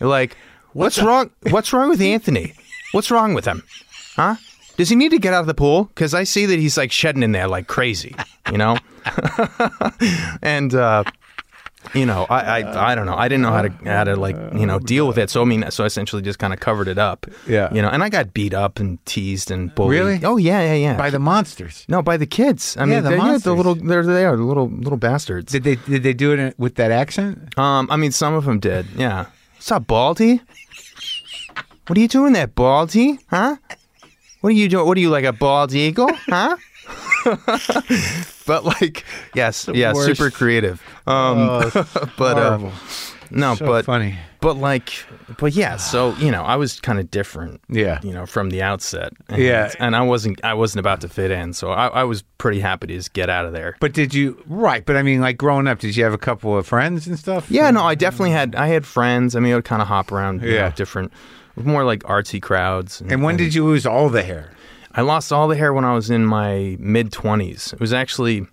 Speaker 3: You're like, what's wrong? What's wrong with Anthony? What's wrong with him? Huh? Does he need to get out of the pool? Because I see that he's like shedding in there like crazy, you know. *laughs* and uh, you know, I, I I don't know. I didn't know how to how to like you know deal with it. So I mean, so I essentially just kind of covered it up.
Speaker 1: Yeah.
Speaker 3: You know, and I got beat up and teased and bullied.
Speaker 1: Really?
Speaker 3: Oh yeah, yeah, yeah.
Speaker 1: by the monsters.
Speaker 3: no, by the kids. I mean,
Speaker 1: the
Speaker 3: they're-
Speaker 1: monsters.
Speaker 3: the little, they're, they are the little little bastards.
Speaker 1: Did they did they do it in- with that accent?
Speaker 3: Um, I mean, some of them did. Yeah. What's up, Baldy? What are you doing there, Baldy? Huh? What are you doing? What are you like a bald eagle? Huh? but like, yes, yeah,
Speaker 1: worst. Oh,
Speaker 3: super creative. Um, *laughs* but uh,
Speaker 1: horrible.
Speaker 3: no,
Speaker 1: So
Speaker 3: but
Speaker 1: funny.
Speaker 3: But like, but yeah. So you know, I was kind of different.
Speaker 1: Yeah.
Speaker 3: you know, from the outset. And,
Speaker 1: Yeah.
Speaker 3: and I wasn't, I wasn't about to fit in. So I, I was pretty happy to just get out of there.
Speaker 1: But did you right? But I mean, like growing up, did you have a couple of friends and stuff?
Speaker 3: Yeah, no, I definitely had I had friends. I mean, I would kind of hop around, you
Speaker 1: Mm. Yeah.
Speaker 3: know, different, more like artsy crowds.
Speaker 1: And when did you lose all the hair?
Speaker 3: I lost all the hair when I was in my mid twenties? It was actually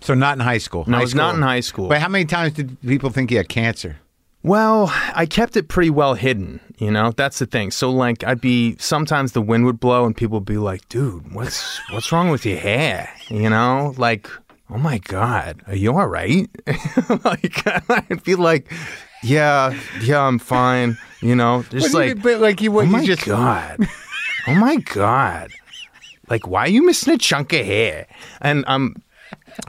Speaker 1: So not in high school.
Speaker 3: no,
Speaker 1: High
Speaker 3: I was not
Speaker 1: school.
Speaker 3: in high school.
Speaker 1: But how many times did people think you had cancer?
Speaker 3: Well, I kept it pretty well hidden, you know? That's the thing. So like I'd be sometimes the wind would blow and people would be like, "Dude, what's what's wrong with your hair?" You know? Like, "Oh my god, are you all right?" *laughs* like *laughs* I'd be like, "Yeah, yeah, I'm fine." You know? Just like,
Speaker 1: but like you,
Speaker 3: "Oh
Speaker 1: what,
Speaker 3: my
Speaker 1: you just
Speaker 3: god. *laughs* oh my god. Like, why are you missing a chunk of hair? And I'm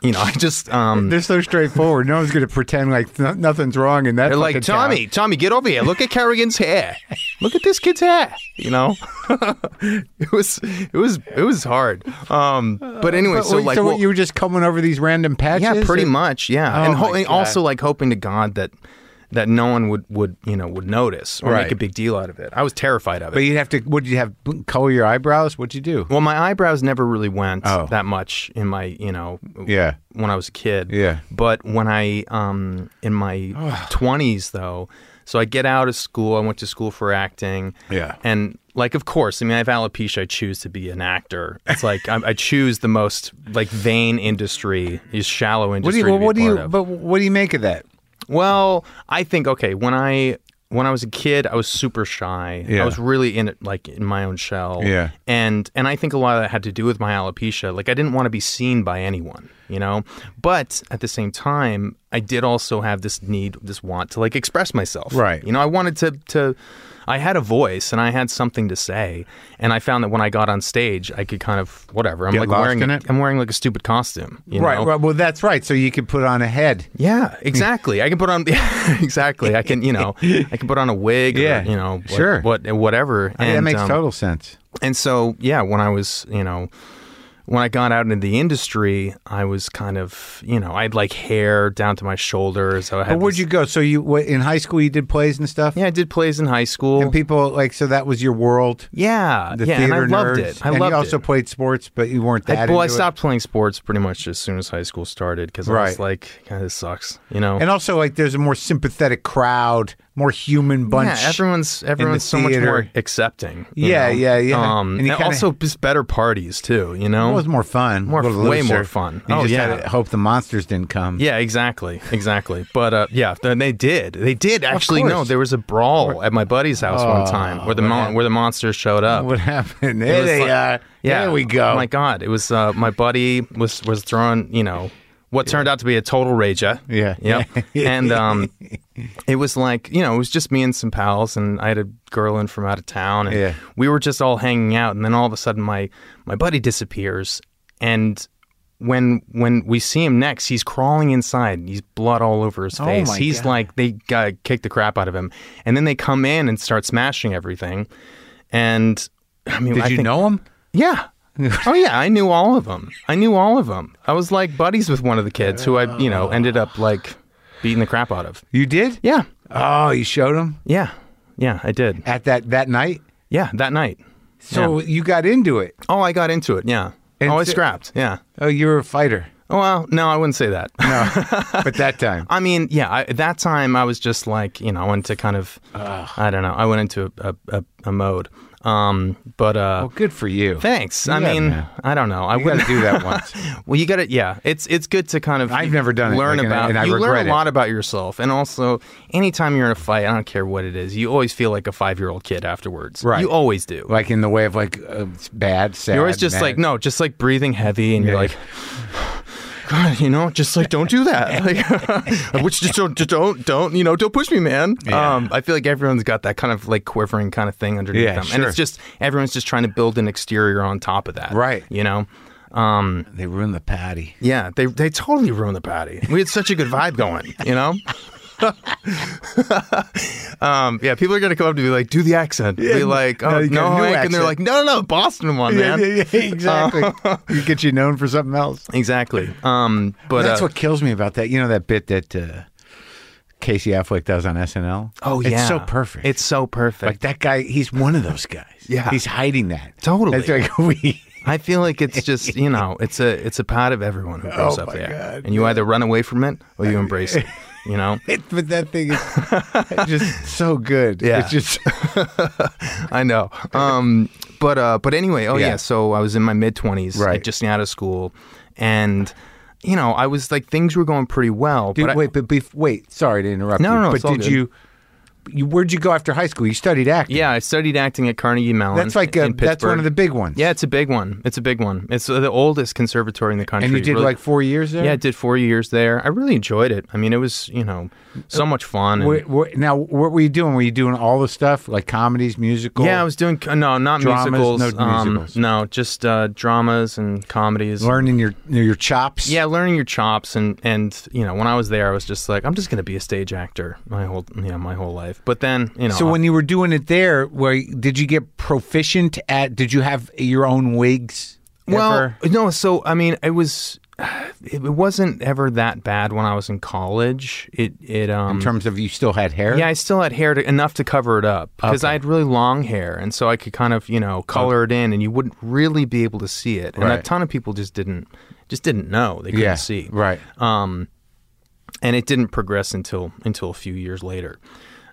Speaker 3: you know, I just um
Speaker 1: they're so straightforward. No one's going to pretend like no- nothing's wrong. And that
Speaker 3: They're like,
Speaker 1: fucking town.
Speaker 3: Tommy, Tommy, get over here. Look at Kerrigan's hair. Look at this kid's hair. You know, *laughs* it was, it was, it was hard. Um, but anyway,
Speaker 1: Uh, But
Speaker 3: *laughs* so
Speaker 1: wait,
Speaker 3: like,
Speaker 1: so what,
Speaker 3: well,
Speaker 1: you were just coming over these random patches.
Speaker 3: yeah, pretty
Speaker 1: Or-
Speaker 3: much, yeah, and,
Speaker 1: my
Speaker 3: ho- and
Speaker 1: God.
Speaker 3: also like hoping to God that that no one would would you know would notice or
Speaker 1: Right.
Speaker 3: make a big deal out of it. I was terrified of it.
Speaker 1: But you'd have to. Would you have color your eyebrows? What'd you do?
Speaker 3: well, my eyebrows never really went
Speaker 1: Oh.
Speaker 3: that much in my you know
Speaker 1: Yeah.
Speaker 3: when I was a kid.
Speaker 1: Yeah.
Speaker 3: But when I um
Speaker 1: *sighs*
Speaker 3: in my twenties though, so I get out of school. I went to school for acting.
Speaker 1: Yeah.
Speaker 3: And like, of course, I mean, I have alopecia. I choose to be an actor. It's like I, I choose the most like vain industry, is shallow
Speaker 1: What do
Speaker 3: industry.
Speaker 1: you? Well,
Speaker 3: to be
Speaker 1: what do
Speaker 3: part
Speaker 1: you?
Speaker 3: of.
Speaker 1: But what do you make of that?
Speaker 3: Well, I think okay. When I when I was a kid, I was super shy.
Speaker 1: Yeah.
Speaker 3: I was really in it, like in my own shell.
Speaker 1: Yeah.
Speaker 3: And and I think a lot of that had to do with my alopecia. Like I didn't want to be seen by anyone, you know. But at the same time, I did also have this need, this want to like express myself.
Speaker 1: Right.
Speaker 3: You know, I wanted to to. I had a voice and I had something to say, and I found that when I got on stage, I could kind of whatever. I'm
Speaker 1: Get
Speaker 3: like
Speaker 1: lost
Speaker 3: wearing
Speaker 1: in
Speaker 3: a-
Speaker 1: it?
Speaker 3: I'm wearing like a stupid costume. You
Speaker 1: right,
Speaker 3: know?
Speaker 1: right. Well, that's right. So you could put on a head.
Speaker 3: Yeah, exactly. I can put on *laughs* exactly. I can, you know, I can put on a wig.
Speaker 1: Yeah,
Speaker 3: or, you know, what,
Speaker 1: sure.
Speaker 3: what, whatever. And,
Speaker 1: that makes
Speaker 3: um,
Speaker 1: total sense.
Speaker 3: And so, yeah, when I was, you know, when I got out into the industry, I was kind of, you know, I had like hair down to my shoulders. So I had.
Speaker 1: But where'd
Speaker 3: this-
Speaker 1: you go? So you what, in high school you did plays and stuff.
Speaker 3: Yeah, I did plays in high school.
Speaker 1: And people like so that was your world.
Speaker 3: yeah,
Speaker 1: The
Speaker 3: yeah, and
Speaker 1: theater
Speaker 3: I loved
Speaker 1: nerds.
Speaker 3: it. I
Speaker 1: and
Speaker 3: loved
Speaker 1: you also
Speaker 3: it.
Speaker 1: played sports, but you weren't that.
Speaker 3: I, well, I
Speaker 1: into it.
Speaker 3: stopped playing sports pretty much as soon as high school started because I
Speaker 1: Right.
Speaker 3: was like, God, this sucks, you know.
Speaker 1: And also, like, there's a more sympathetic crowd, more human bunch.
Speaker 3: Yeah, everyone's everyone's so much
Speaker 1: theater.
Speaker 3: more accepting. you
Speaker 1: Yeah,
Speaker 3: know?
Speaker 1: yeah, yeah.
Speaker 3: Um,
Speaker 1: And
Speaker 3: and,
Speaker 1: you kinda-
Speaker 3: also just better parties too. You know.
Speaker 1: It was more fun,
Speaker 3: More-
Speaker 1: a little
Speaker 3: way more
Speaker 1: looser.
Speaker 3: fun.
Speaker 1: You
Speaker 3: Oh,
Speaker 1: just
Speaker 3: yeah.
Speaker 1: had to hope the monsters didn't come.
Speaker 3: yeah, exactly, exactly. But uh, yeah, th- they did. They did actually. No,
Speaker 1: course.
Speaker 3: there was a brawl at my buddy's house one time where the mon- where the monsters showed
Speaker 1: *laughs*
Speaker 3: up.
Speaker 1: What happened? There
Speaker 3: was
Speaker 1: they
Speaker 3: like-
Speaker 1: are. There we go.
Speaker 3: Oh my god, it was uh, my buddy was was throwing, you know, what turned out to be a total rager.
Speaker 1: Yeah. *laughs*
Speaker 3: Yep. and um it was like, you know, it was just me and some pals and I had a girl in from out of town and
Speaker 1: Yeah.
Speaker 3: we were just all hanging out and then all of a sudden my my buddy disappears and when when we see him next, he's crawling inside. and He's blood all over his face.
Speaker 1: Oh my
Speaker 3: he's
Speaker 1: God.
Speaker 3: like they uh, kick the crap out of him, and then they come in and start smashing everything. And I mean,
Speaker 1: Did
Speaker 3: I
Speaker 1: you
Speaker 3: think-
Speaker 1: know him?
Speaker 3: yeah. oh yeah, I knew all of them. I knew all of them. I was like buddies with one of the kids who I, you know, ended up like beating the crap out of.
Speaker 1: You did?
Speaker 3: Yeah.
Speaker 1: Oh, you showed him
Speaker 3: Yeah. Yeah, I did.
Speaker 1: at that that night.
Speaker 3: Yeah, that night.
Speaker 1: So you got into it.
Speaker 3: Oh, I got into it. Yeah.
Speaker 1: And
Speaker 3: oh, I
Speaker 1: so-
Speaker 3: scrapped. Yeah.
Speaker 1: Oh, you were a fighter.
Speaker 3: Oh, well, no, I wouldn't say that. *laughs*
Speaker 1: No, but that time.
Speaker 3: I mean, yeah, I, at that time I was just like, you know, I went to kind of, I don't know, I went into a, a, a, a mode. Um, but uh,
Speaker 1: Well, good for you.
Speaker 3: thanks. I
Speaker 1: Yeah,
Speaker 3: mean,
Speaker 1: man.
Speaker 3: I don't know. I
Speaker 1: You got
Speaker 3: wouldn't
Speaker 1: to do that
Speaker 3: *laughs*
Speaker 1: once.
Speaker 3: Well, you got to, yeah. It's it's good to kind of.
Speaker 1: I've never done it,
Speaker 3: Learn
Speaker 1: like, and I-
Speaker 3: about
Speaker 1: and I
Speaker 3: you
Speaker 1: regret
Speaker 3: learn
Speaker 1: it.
Speaker 3: a lot about yourself, and also anytime you're in a fight, I don't care what it is, you always feel like a five year old kid afterwards.
Speaker 1: Right.
Speaker 3: You always do.
Speaker 1: like in the way of like uh, it's bad, sad.
Speaker 3: You're always just
Speaker 1: mad.
Speaker 3: like no, just like breathing heavy, and you're like, *sighs* God, you know, just like don't
Speaker 1: *laughs*
Speaker 3: do that. Like, *laughs* which just don't, just don't, don't, you know, don't push me, man. Um, I feel like everyone's got that kind of like quivering kind of thing underneath
Speaker 1: Yeah,
Speaker 3: them, and
Speaker 1: sure.
Speaker 3: it's just everyone's just trying to build an exterior on top of that,
Speaker 1: Right.
Speaker 3: You know. Um,
Speaker 1: They ruined the patty.
Speaker 3: yeah, they they totally ruined the party. We had such a good vibe going, you know. *laughs* um, yeah, people are gonna come up to me like, do the accent. Be like,
Speaker 1: no,
Speaker 3: oh,
Speaker 1: you
Speaker 3: no,
Speaker 1: got a new
Speaker 3: Hank," and they're
Speaker 1: accent.
Speaker 3: like, no, no, no, Boston one, man.
Speaker 1: *laughs*
Speaker 3: Uh,
Speaker 1: exactly. you get you known for something else.
Speaker 3: *laughs* Exactly. Um, but
Speaker 1: That's
Speaker 3: uh,
Speaker 1: what kills me about that. You know that bit that uh, Casey Affleck does on SNL.
Speaker 3: Oh yeah,
Speaker 1: it's so perfect.
Speaker 3: It's so perfect.
Speaker 1: like that guy. He's one of those guys.
Speaker 3: Yeah.
Speaker 1: he's hiding that
Speaker 3: Totally.
Speaker 1: That's like *laughs* we.
Speaker 3: I feel like it's just you know, it's a it's a part of everyone who
Speaker 1: *laughs*
Speaker 3: grows up
Speaker 1: Oh my
Speaker 3: there,
Speaker 1: God,
Speaker 3: and you either run away from it
Speaker 1: *laughs*
Speaker 3: or you embrace it. You know,
Speaker 1: It, but that thing is
Speaker 3: *laughs*
Speaker 1: just so good.
Speaker 3: Yeah.
Speaker 1: It's just
Speaker 3: I
Speaker 1: *laughs*
Speaker 3: know. Um, but uh, but anyway, oh yeah.
Speaker 1: Yeah.
Speaker 3: So I was in my mid twenties,
Speaker 1: Right.
Speaker 3: just out of school, and you know, I was like things were going pretty well.
Speaker 1: Dude,
Speaker 3: but I-
Speaker 1: wait, but bef- wait. Sorry to interrupt.
Speaker 3: No,
Speaker 1: you,
Speaker 3: no, no,
Speaker 1: But
Speaker 3: it's all
Speaker 1: did
Speaker 3: good.
Speaker 1: you, you? Where'd you go after high school? You studied acting.
Speaker 3: yeah, I studied acting at Carnegie Mellon.
Speaker 1: that's like a,
Speaker 3: in
Speaker 1: that's one
Speaker 3: Pittsburgh.
Speaker 1: of the big ones.
Speaker 3: Yeah, it's a big one. It's a big one. It's uh, the oldest conservatory in the country.
Speaker 1: and you did
Speaker 3: Really-
Speaker 1: like four years there.
Speaker 3: Yeah, I did four years there. I really enjoyed it. I mean, it was you know
Speaker 1: Uh,
Speaker 3: so much fun. and-
Speaker 1: Wh- wh- now, what were you doing? Were you doing all the stuff like comedies, musical?
Speaker 3: yeah, I was doing no, not
Speaker 1: oh. Dramas,
Speaker 3: musicals. um,
Speaker 1: no musicals.
Speaker 3: no, just uh, dramas and comedies.
Speaker 1: learning your your chops.
Speaker 3: yeah, learning your chops and and you know when I was there, I was just like, I'm just gonna be a stage actor my whole yeah my whole life. But then you know,
Speaker 1: So when you were doing it there, where did you get proficient at? Did you have your own wigs?
Speaker 3: well
Speaker 1: ever?
Speaker 3: no, so I mean it was *sighs* it wasn't ever that bad when I was in college. It it um
Speaker 1: in terms of you still had hair.
Speaker 3: Yeah, I still had hair to, enough to cover it up because I had really long hair, and so I could kind of you know color it in, and you wouldn't really be able to see it. And a
Speaker 1: Right.
Speaker 3: ton of people just didn't just didn't know they couldn't
Speaker 1: Yeah,
Speaker 3: see
Speaker 1: right.
Speaker 3: Um, and it didn't progress until until a few years later.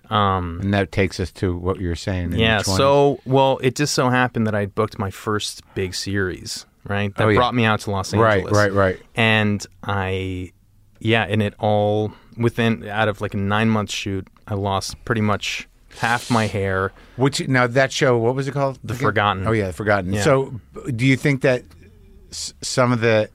Speaker 1: and that takes us to what you were saying. in
Speaker 3: Yeah.
Speaker 1: the 20s.
Speaker 3: So well, it just so happened that I booked my first big series. Right. That
Speaker 1: Oh, yeah.
Speaker 3: brought me out to Los
Speaker 1: Right,
Speaker 3: Angeles.
Speaker 1: right, right.
Speaker 3: And I, yeah, and it all within out of like a nine month shoot, I lost pretty much half my hair.
Speaker 1: Which now that show, what was it called? The
Speaker 3: Forgotten.
Speaker 1: Oh yeah, The Forgotten.
Speaker 3: Yeah.
Speaker 1: So, b- do you think that s- some of the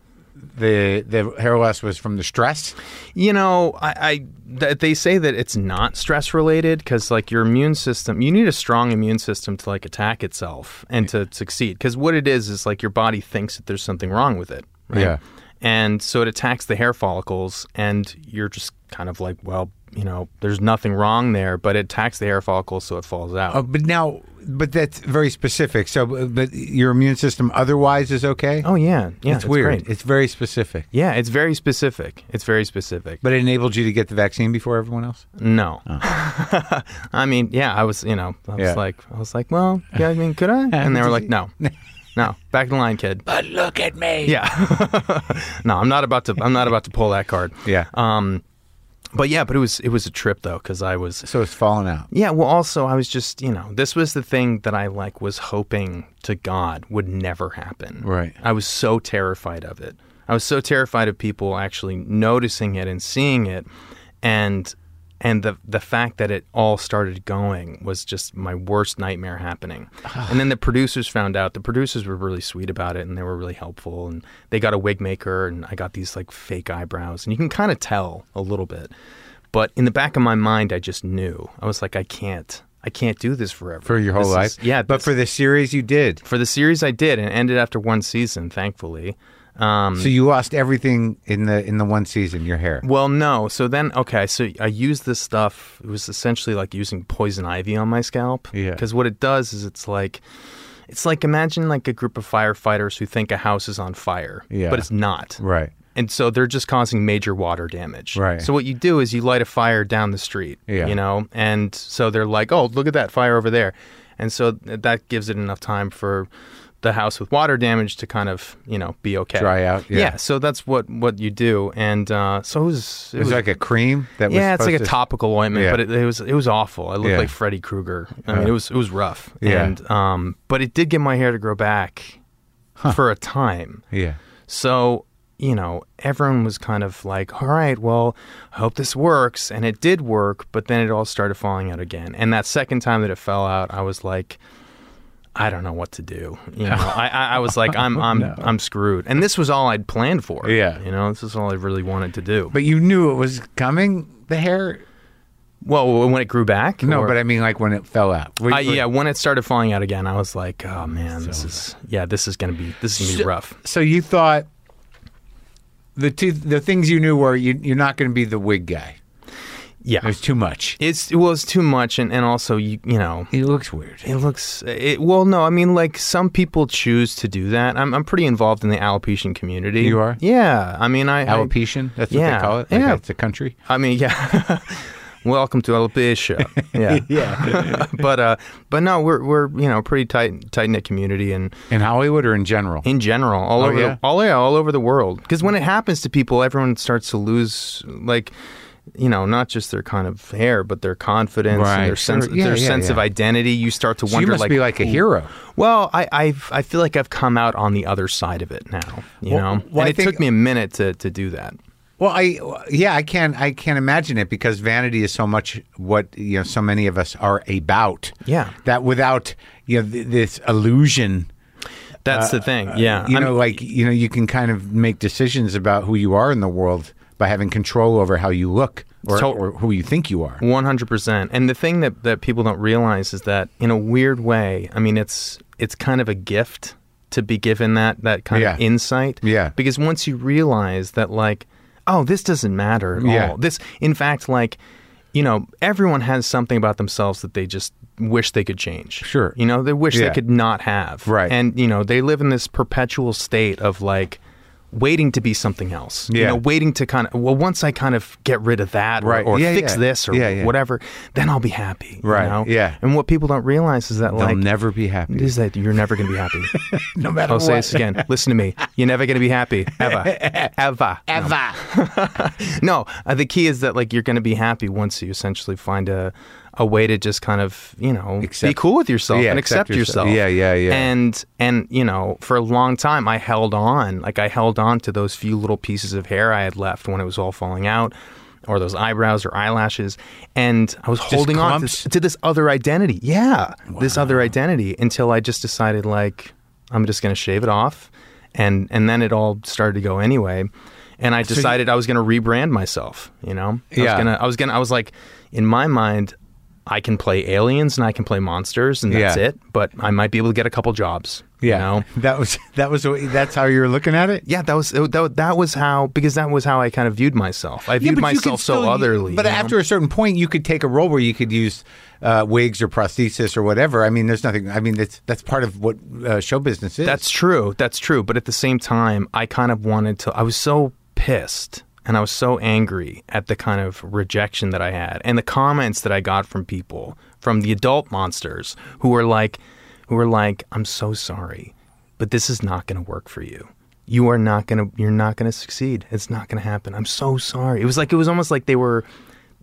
Speaker 1: the the hair loss was from the stress?
Speaker 3: You know, I, I th- they say that it's not stress related because like your immune system, you need a strong immune system to like attack itself and to succeed. Because what it is is like your body thinks that there's something wrong with it. Right?
Speaker 1: Yeah.
Speaker 3: And so it attacks the hair follicles, and you're just kind of like, well, you know, there's nothing wrong there, but it attacks the hair follicles, so it falls out.
Speaker 1: Oh, but now, but that's very specific. So, b- but your immune system otherwise is okay.
Speaker 3: oh yeah, yeah,
Speaker 1: it's weird.
Speaker 3: great.
Speaker 1: It's very specific.
Speaker 3: yeah, it's very specific. It's very specific.
Speaker 1: But it enabled you to get the vaccine before everyone else.
Speaker 3: No. *laughs* I mean, yeah, I was, you know, I was
Speaker 1: Oh. Yeah.
Speaker 3: like, I was like, well, yeah, I mean,
Speaker 1: *laughs*
Speaker 3: could I? And they were like, no, no, back in line, kid.
Speaker 1: But look at me.
Speaker 3: Yeah. *laughs* no, I'm not about to, I'm not about to pull that card.
Speaker 1: Yeah.
Speaker 3: Um, but yeah, but it was, it was a trip though, because I was,
Speaker 1: So it's falling out.
Speaker 3: yeah, well, also, I was just, you know, this was the thing that I like was hoping to God would never happen.
Speaker 1: Right.
Speaker 3: I was so terrified of it. I was so terrified of people actually noticing it and seeing it. And and the the fact that it all started going was just my worst nightmare happening. and then the producers found out. The producers were really sweet about it and they were really helpful and they got a wig maker and I got these like fake eyebrows and you can kind of tell a little bit. But in the back of my mind, I just knew. I was like, I can't. I can't do this forever.
Speaker 1: For your whole
Speaker 3: This
Speaker 1: life.
Speaker 3: is- yeah.
Speaker 1: But
Speaker 3: this-
Speaker 1: for the series, you did.
Speaker 3: for the series, I did, and it ended after one season, thankfully. Um,
Speaker 1: So you lost everything in the in the one season. Your hair.
Speaker 3: well, no. So then, okay, so I used this stuff. It was essentially like using poison ivy on my scalp.
Speaker 1: Yeah.
Speaker 3: Because what it does is it's like, it's like imagine like a group of firefighters who think a house is on fire,
Speaker 1: Yeah.
Speaker 3: but it's not.
Speaker 1: Right.
Speaker 3: And so they're just causing major water damage.
Speaker 1: Right.
Speaker 3: So what you do is you light a fire down the street.
Speaker 1: Yeah.
Speaker 3: You know, and so they're like, "Oh, look at that fire over there," and so th- that gives it enough time for the house with water damage to kind of you know be okay,
Speaker 1: Dry out, yeah.
Speaker 3: so that's what what you do, and uh, so it was. It
Speaker 1: It was like a cream that was
Speaker 3: yeah, it's like a
Speaker 1: supposed to-
Speaker 3: topical ointment,
Speaker 1: Yeah.
Speaker 3: but it, it was it was awful. I looked
Speaker 1: Yeah.
Speaker 3: like Freddy Krueger. I mean, it was it was rough.
Speaker 1: Yeah.
Speaker 3: And um, but it did get my hair to grow back for a time.
Speaker 1: Yeah.
Speaker 3: So, you know, everyone was kind of like, all right, well, I hope this works. And it did work, but then it all started falling out again. And that second time that it fell out, I was like, I don't know what to do. You know, I, I, I was like, I'm,
Speaker 1: *laughs*
Speaker 3: I'm, I'm screwed. And this was all I'd planned for.
Speaker 1: Yeah.
Speaker 3: You know, this is all I really wanted to do. But
Speaker 1: But you knew it was coming. The hair.
Speaker 3: well, when it grew back,
Speaker 1: No,
Speaker 3: or-
Speaker 1: but I mean, like when it fell out. Were-
Speaker 3: Uh,
Speaker 1: were-
Speaker 3: yeah, when it started falling out again, I was like, "Oh man, this is yeah, this is gonna be this is gonna be rough."
Speaker 1: So you thought the two the things you knew were you, you're not going to be the wig guy.
Speaker 3: Yeah.
Speaker 1: It was too much.
Speaker 3: It's it was too much, and, and also you you know
Speaker 1: It looks weird.
Speaker 3: it looks it, well. No, I mean like some people choose to do that. I'm I'm pretty involved in the alopecian community.
Speaker 1: You are?
Speaker 3: Yeah. I mean I I-
Speaker 1: Alopecian? That's what they
Speaker 3: Yeah,
Speaker 1: call it? Like
Speaker 3: yeah.
Speaker 1: It's a country?
Speaker 3: I mean yeah. *laughs* Welcome to alopecia.
Speaker 1: *laughs*
Speaker 3: Yeah. *laughs* yeah. but uh but no, we're we're you know pretty tight tight knit community and
Speaker 1: In Hollywood or in general?
Speaker 3: in general all over
Speaker 1: Oh, yeah?
Speaker 3: the, all yeah all over the world because when it happens to people everyone starts to lose like you know not just their kind of hair but their confidence
Speaker 1: Right,
Speaker 3: and their sense
Speaker 1: sure. Yeah,
Speaker 3: their
Speaker 1: yeah,
Speaker 3: sense of
Speaker 1: yeah.
Speaker 3: identity you start to
Speaker 1: So you
Speaker 3: wonder
Speaker 1: must
Speaker 3: like
Speaker 1: be like a
Speaker 3: "Ooh."
Speaker 1: hero.
Speaker 3: well I I've, I feel like I've come out on the other side of it now you
Speaker 1: Well-
Speaker 3: know
Speaker 1: well,
Speaker 3: and
Speaker 1: I
Speaker 3: it
Speaker 1: think-
Speaker 3: took me a minute to to do that
Speaker 1: Well, I yeah, I can I can imagine it because vanity is so much what you know so many of us are about.
Speaker 3: Yeah.
Speaker 1: that without you know th- this illusion,
Speaker 3: that's the thing yeah
Speaker 1: Uh, you
Speaker 3: I'm-
Speaker 1: know, like you know, you can kind of make decisions about who you are in the world by having control over how you look or,
Speaker 3: To-
Speaker 1: or who you think you are.
Speaker 3: One hundred percent. And the thing that, that people don't realize is that in a weird way, I mean it's it's kind of a gift to be given that that kind of
Speaker 1: Yeah.
Speaker 3: insight.
Speaker 1: Yeah.
Speaker 3: Because once you realize that like, oh, this doesn't matter at
Speaker 1: Yeah.
Speaker 3: all. This in fact, like, you know, everyone has something about themselves that they just wish they could change.
Speaker 1: Sure.
Speaker 3: You know, they wish
Speaker 1: Yeah.
Speaker 3: they could not have.
Speaker 1: Right.
Speaker 3: And, you know, they live in this perpetual state of like waiting to be something else. You
Speaker 1: Yeah.
Speaker 3: know, waiting to kind of well, once I kind of get rid of that or-
Speaker 1: Right.
Speaker 3: or,
Speaker 1: Yeah,
Speaker 3: fix
Speaker 1: yeah.
Speaker 3: this or
Speaker 1: Yeah, yeah.
Speaker 3: whatever, then I'll be happy. you
Speaker 1: Right,
Speaker 3: know?
Speaker 1: yeah.
Speaker 3: And what people don't realize is that
Speaker 1: They'll
Speaker 3: like
Speaker 1: never be happy.
Speaker 3: is that you're never gonna be happy.
Speaker 1: *laughs* no matter
Speaker 3: I'll say this again. Listen to me. You're never gonna be happy.
Speaker 1: *laughs*
Speaker 3: Ever. Ever. *laughs* Ever. No. uh, the key is that like you're gonna be happy once you essentially find a a way to just kind of, you know, be
Speaker 1: Accept-
Speaker 3: cool with yourself
Speaker 1: yeah,
Speaker 3: and
Speaker 1: accept
Speaker 3: accept,
Speaker 1: yourself.
Speaker 3: yourself.
Speaker 1: Yeah, yeah, yeah.
Speaker 3: And and you know, for a long time I held on. Like I held on to those few little pieces of hair I had left when it was all falling out. Or those eyebrows or eyelashes, and I was holding on to
Speaker 1: clumps?
Speaker 3: this, to this other identity. Yeah, this other identity until I just decided like I'm just going to shave it off, and and then it all started to go anyway, and I decided I was going to rebrand myself. You know, I
Speaker 1: Yeah.
Speaker 3: was gonna, I was gonna, I was like, in my mind, I can play aliens and I can play monsters and that's
Speaker 1: Yeah.
Speaker 3: it, but I might be able to get a couple jobs.
Speaker 1: Yeah,
Speaker 3: You know?
Speaker 1: that was that was the- that's how you were looking at it.
Speaker 3: Yeah, that was that, that was how because that was how I kind of viewed myself. I
Speaker 1: Yeah,
Speaker 3: viewed
Speaker 1: but you could
Speaker 3: myself so
Speaker 1: still-
Speaker 3: otherly.
Speaker 1: But
Speaker 3: you know?
Speaker 1: after a certain point, you could take a role where you could use uh, wigs or prosthesis or whatever. I mean, there's nothing. I mean, that's that's part of what uh, show business is.
Speaker 3: That's true. That's true. But at the same time, I kind of wanted to. I was so pissed and I was so angry at the kind of rejection that I had and the comments that I got from people, from the adult monsters who were like, who were like, I'm so sorry, but this is not going to work for you. You are not going to, you're not going to succeed. It's not going to happen. I'm so sorry. It was like, it was almost like they were.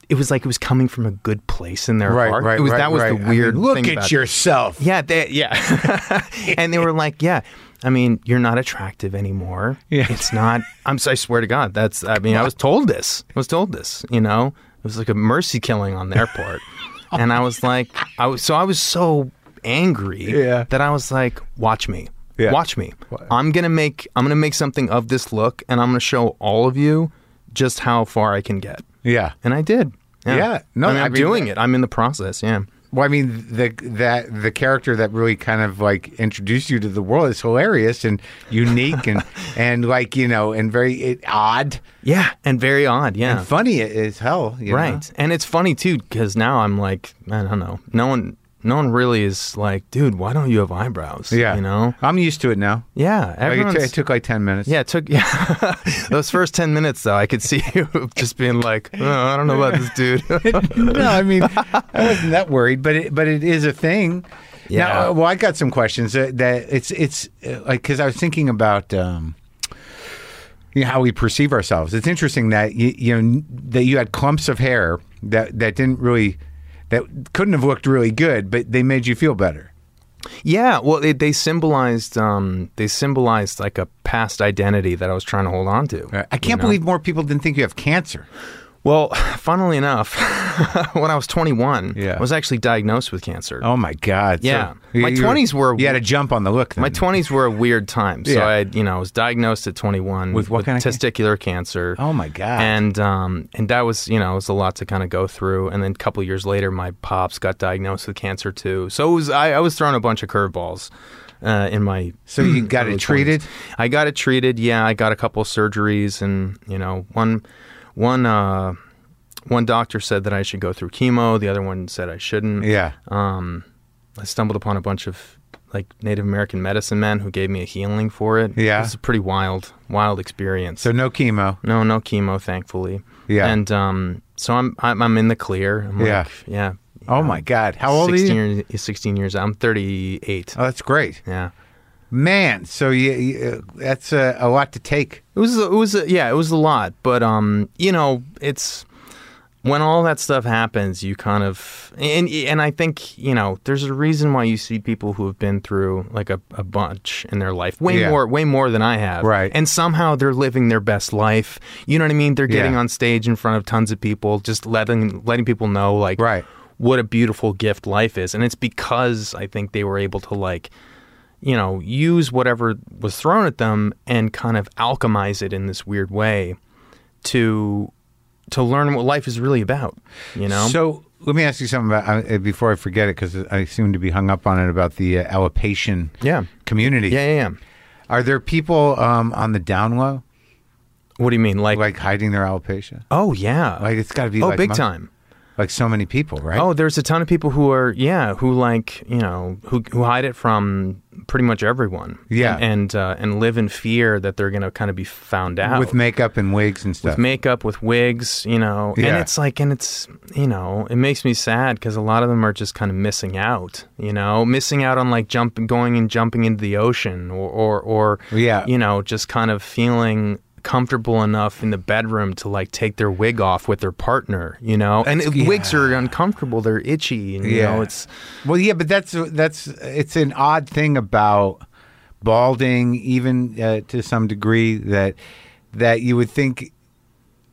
Speaker 3: It was like it was coming from a good place in their
Speaker 1: right,
Speaker 3: heart.
Speaker 1: right.
Speaker 3: It was
Speaker 1: right,
Speaker 3: that was
Speaker 1: right.
Speaker 3: the
Speaker 1: I
Speaker 3: weird
Speaker 1: mean, look
Speaker 3: thing
Speaker 1: at
Speaker 3: about it.
Speaker 1: yourself.
Speaker 3: Yeah, they, yeah.
Speaker 1: *laughs*
Speaker 3: and they were like, yeah, I mean, you're not attractive anymore.
Speaker 1: Yeah.
Speaker 3: It's not, I'm, so- I swear to God, that's, I mean, I was told this. I was told this, you know? It was like a mercy killing on
Speaker 1: *laughs*
Speaker 3: their part. and I was like, I was, so I was so angry
Speaker 1: Yeah.
Speaker 3: that I was like, watch me.
Speaker 1: Yeah.
Speaker 3: Watch me. I'm gonna make I'm gonna make something of this look, and I'm gonna show all of you just how far I can get.
Speaker 1: yeah.
Speaker 3: And I did.
Speaker 1: Yeah. No,
Speaker 3: I mean,
Speaker 1: I
Speaker 3: I'm
Speaker 1: mean-
Speaker 3: doing it. I'm in the process. Yeah.
Speaker 1: Well, I mean, the that the character that really kind of like introduced you to the world is hilarious and unique
Speaker 3: *laughs*
Speaker 1: and and like you know and very it, odd,
Speaker 3: Yeah. And very odd. Yeah.
Speaker 1: funny as hell. you know?
Speaker 3: Right. And it's funny too because now I'm like, I don't know. No one, no one really is like, dude, why don't you have eyebrows?
Speaker 1: Yeah.
Speaker 3: You know?
Speaker 1: I'm used to it now.
Speaker 3: Yeah.
Speaker 1: Like, it,
Speaker 3: Everyone's,
Speaker 1: t- it took like ten minutes.
Speaker 3: yeah, it took *laughs* yeah. Those first ten minutes though, I could see *laughs* you just being like, oh, I don't know about this dude. *laughs*
Speaker 1: *laughs* no, I mean, I wasn't that worried, but it, but it is a thing.
Speaker 3: Yeah.
Speaker 1: Now, uh, well, I got some questions that, that it's it's uh, like because I was thinking about. Um, you know, how we perceive ourselves. It's interesting that you, you know that you had clumps of hair that that didn't really that couldn't have looked really good, but they made you feel better.
Speaker 3: yeah. Well, they they symbolized um they symbolized like a past identity that I was trying to hold on to.
Speaker 1: Uh, I can't believe more people didn't think you have cancer.
Speaker 3: Well, *laughs* funnily enough, *laughs* when I was 21,
Speaker 1: Yeah.
Speaker 3: I was actually diagnosed with cancer.
Speaker 1: Oh my god! So
Speaker 3: Yeah.
Speaker 1: you-
Speaker 3: My
Speaker 1: you
Speaker 3: 20s were-
Speaker 1: you had a jump on the look. Then.
Speaker 3: My twenties were a weird time. So
Speaker 1: Yeah.
Speaker 3: I, you know, I was diagnosed at twenty one
Speaker 1: With what kind of can-
Speaker 3: testicular cancer.
Speaker 1: Oh, my God.
Speaker 3: And um, and that was, you know, it was a lot to kind of go through. And then a couple years later, my pops got diagnosed with cancer too. So it was, I, I was throwing a bunch of curveballs. Uh, in my
Speaker 1: So
Speaker 3: *clears throat*
Speaker 1: you got
Speaker 3: early
Speaker 1: it treated?
Speaker 3: 20s. I got it treated. Yeah, I got a couple surgeries, and you know, one, one, uh, one doctor said that I should go through chemo. The other one said I shouldn't.
Speaker 1: Yeah.
Speaker 3: Um, I stumbled upon a bunch of like Native American medicine men who gave me a healing for it.
Speaker 1: Yeah.
Speaker 3: It's a pretty wild, wild experience.
Speaker 1: So no chemo.
Speaker 3: no, no chemo, thankfully.
Speaker 1: Yeah.
Speaker 3: And um, so I'm I'm, I'm in the clear. I'm
Speaker 1: Yeah.
Speaker 3: Like, yeah.
Speaker 1: Oh my God. How old are
Speaker 3: 16
Speaker 1: you?
Speaker 3: Years, 16 years. I'm 38.
Speaker 1: Oh, that's great,
Speaker 3: yeah.
Speaker 1: man. So you, you, uh, that's a, a lot to take.
Speaker 3: It was it was yeah, it was a lot, but um, you know, it's when all that stuff happens, you kind of and and I think you know, there's a reason why you see people who have been through like a, a bunch in their life, way
Speaker 1: Yeah.
Speaker 3: more way more than I have,
Speaker 1: Right.
Speaker 3: And somehow they're living their best life. You know what I mean? They're getting
Speaker 1: Yeah.
Speaker 3: on stage in front of tons of people, just letting letting people know like
Speaker 1: Right.
Speaker 3: what a beautiful gift life is, and it's because I think they were able to like you know, use whatever was thrown at them and kind of alchemize it in this weird way to to learn what life is really about. You know,
Speaker 1: So let me ask you something about uh, before I forget it because I seem to be hung up on it about the uh, Alapatian
Speaker 3: Yeah.
Speaker 1: community.
Speaker 3: yeah, yeah, yeah.
Speaker 1: Are there people um, on the down low
Speaker 3: What do you mean, like?
Speaker 1: like hiding their alopecia?
Speaker 3: oh yeah,
Speaker 1: Like it's got to be
Speaker 3: oh
Speaker 1: like
Speaker 3: big
Speaker 1: mon-
Speaker 3: time.
Speaker 1: Like so many people, right?
Speaker 3: Oh, there's a ton of people who are yeah, who like you know who who hide it from pretty much everyone.
Speaker 1: Yeah.
Speaker 3: and and, uh, and live in fear that they're gonna kind of be found out
Speaker 1: with makeup and wigs and stuff.
Speaker 3: with makeup, with wigs, you know.
Speaker 1: Yeah.
Speaker 3: And it's like, and it's, you know, it makes me sad because a lot of them are just kind of missing out, you know, missing out on like jumping, going and jumping into the ocean or, or, or
Speaker 1: Yeah.
Speaker 3: you know, just kind of feeling comfortable enough in the bedroom to like take their wig off with their partner, you know. And
Speaker 1: It's-
Speaker 3: it- wigs are uncomfortable, they're itchy, and, you
Speaker 1: Yeah.
Speaker 3: know, it's,
Speaker 1: Well, yeah, but that's that's it's an odd thing about balding, even uh, to some degree that that you would think,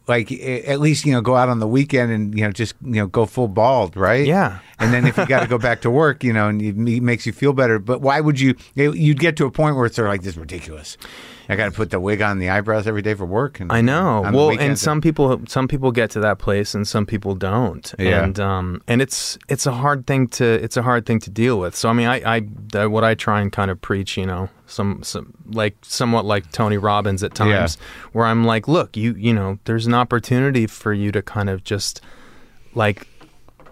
Speaker 1: like a- at least you know go out on the weekend and you know just you know go full bald, right?
Speaker 3: Yeah.
Speaker 1: And then if you got to go back to work, you know, and it me- makes you feel better. But why would you? it- You'd get to a point where it's sort of like this is ridiculous. I got to put the wig on the eyebrows every day for work. And
Speaker 3: I know.
Speaker 1: on the
Speaker 3: Well, and
Speaker 1: weekends.
Speaker 3: some people some people get to that place and some people don't.
Speaker 1: Yeah.
Speaker 3: And um and it's it's a hard thing to it's a hard thing to deal with. So I mean, I I that- what I try and kind of preach, you know, some some like somewhat like Tony Robbins at times where I'm like, look, you you know, there's an opportunity for you to kind of just like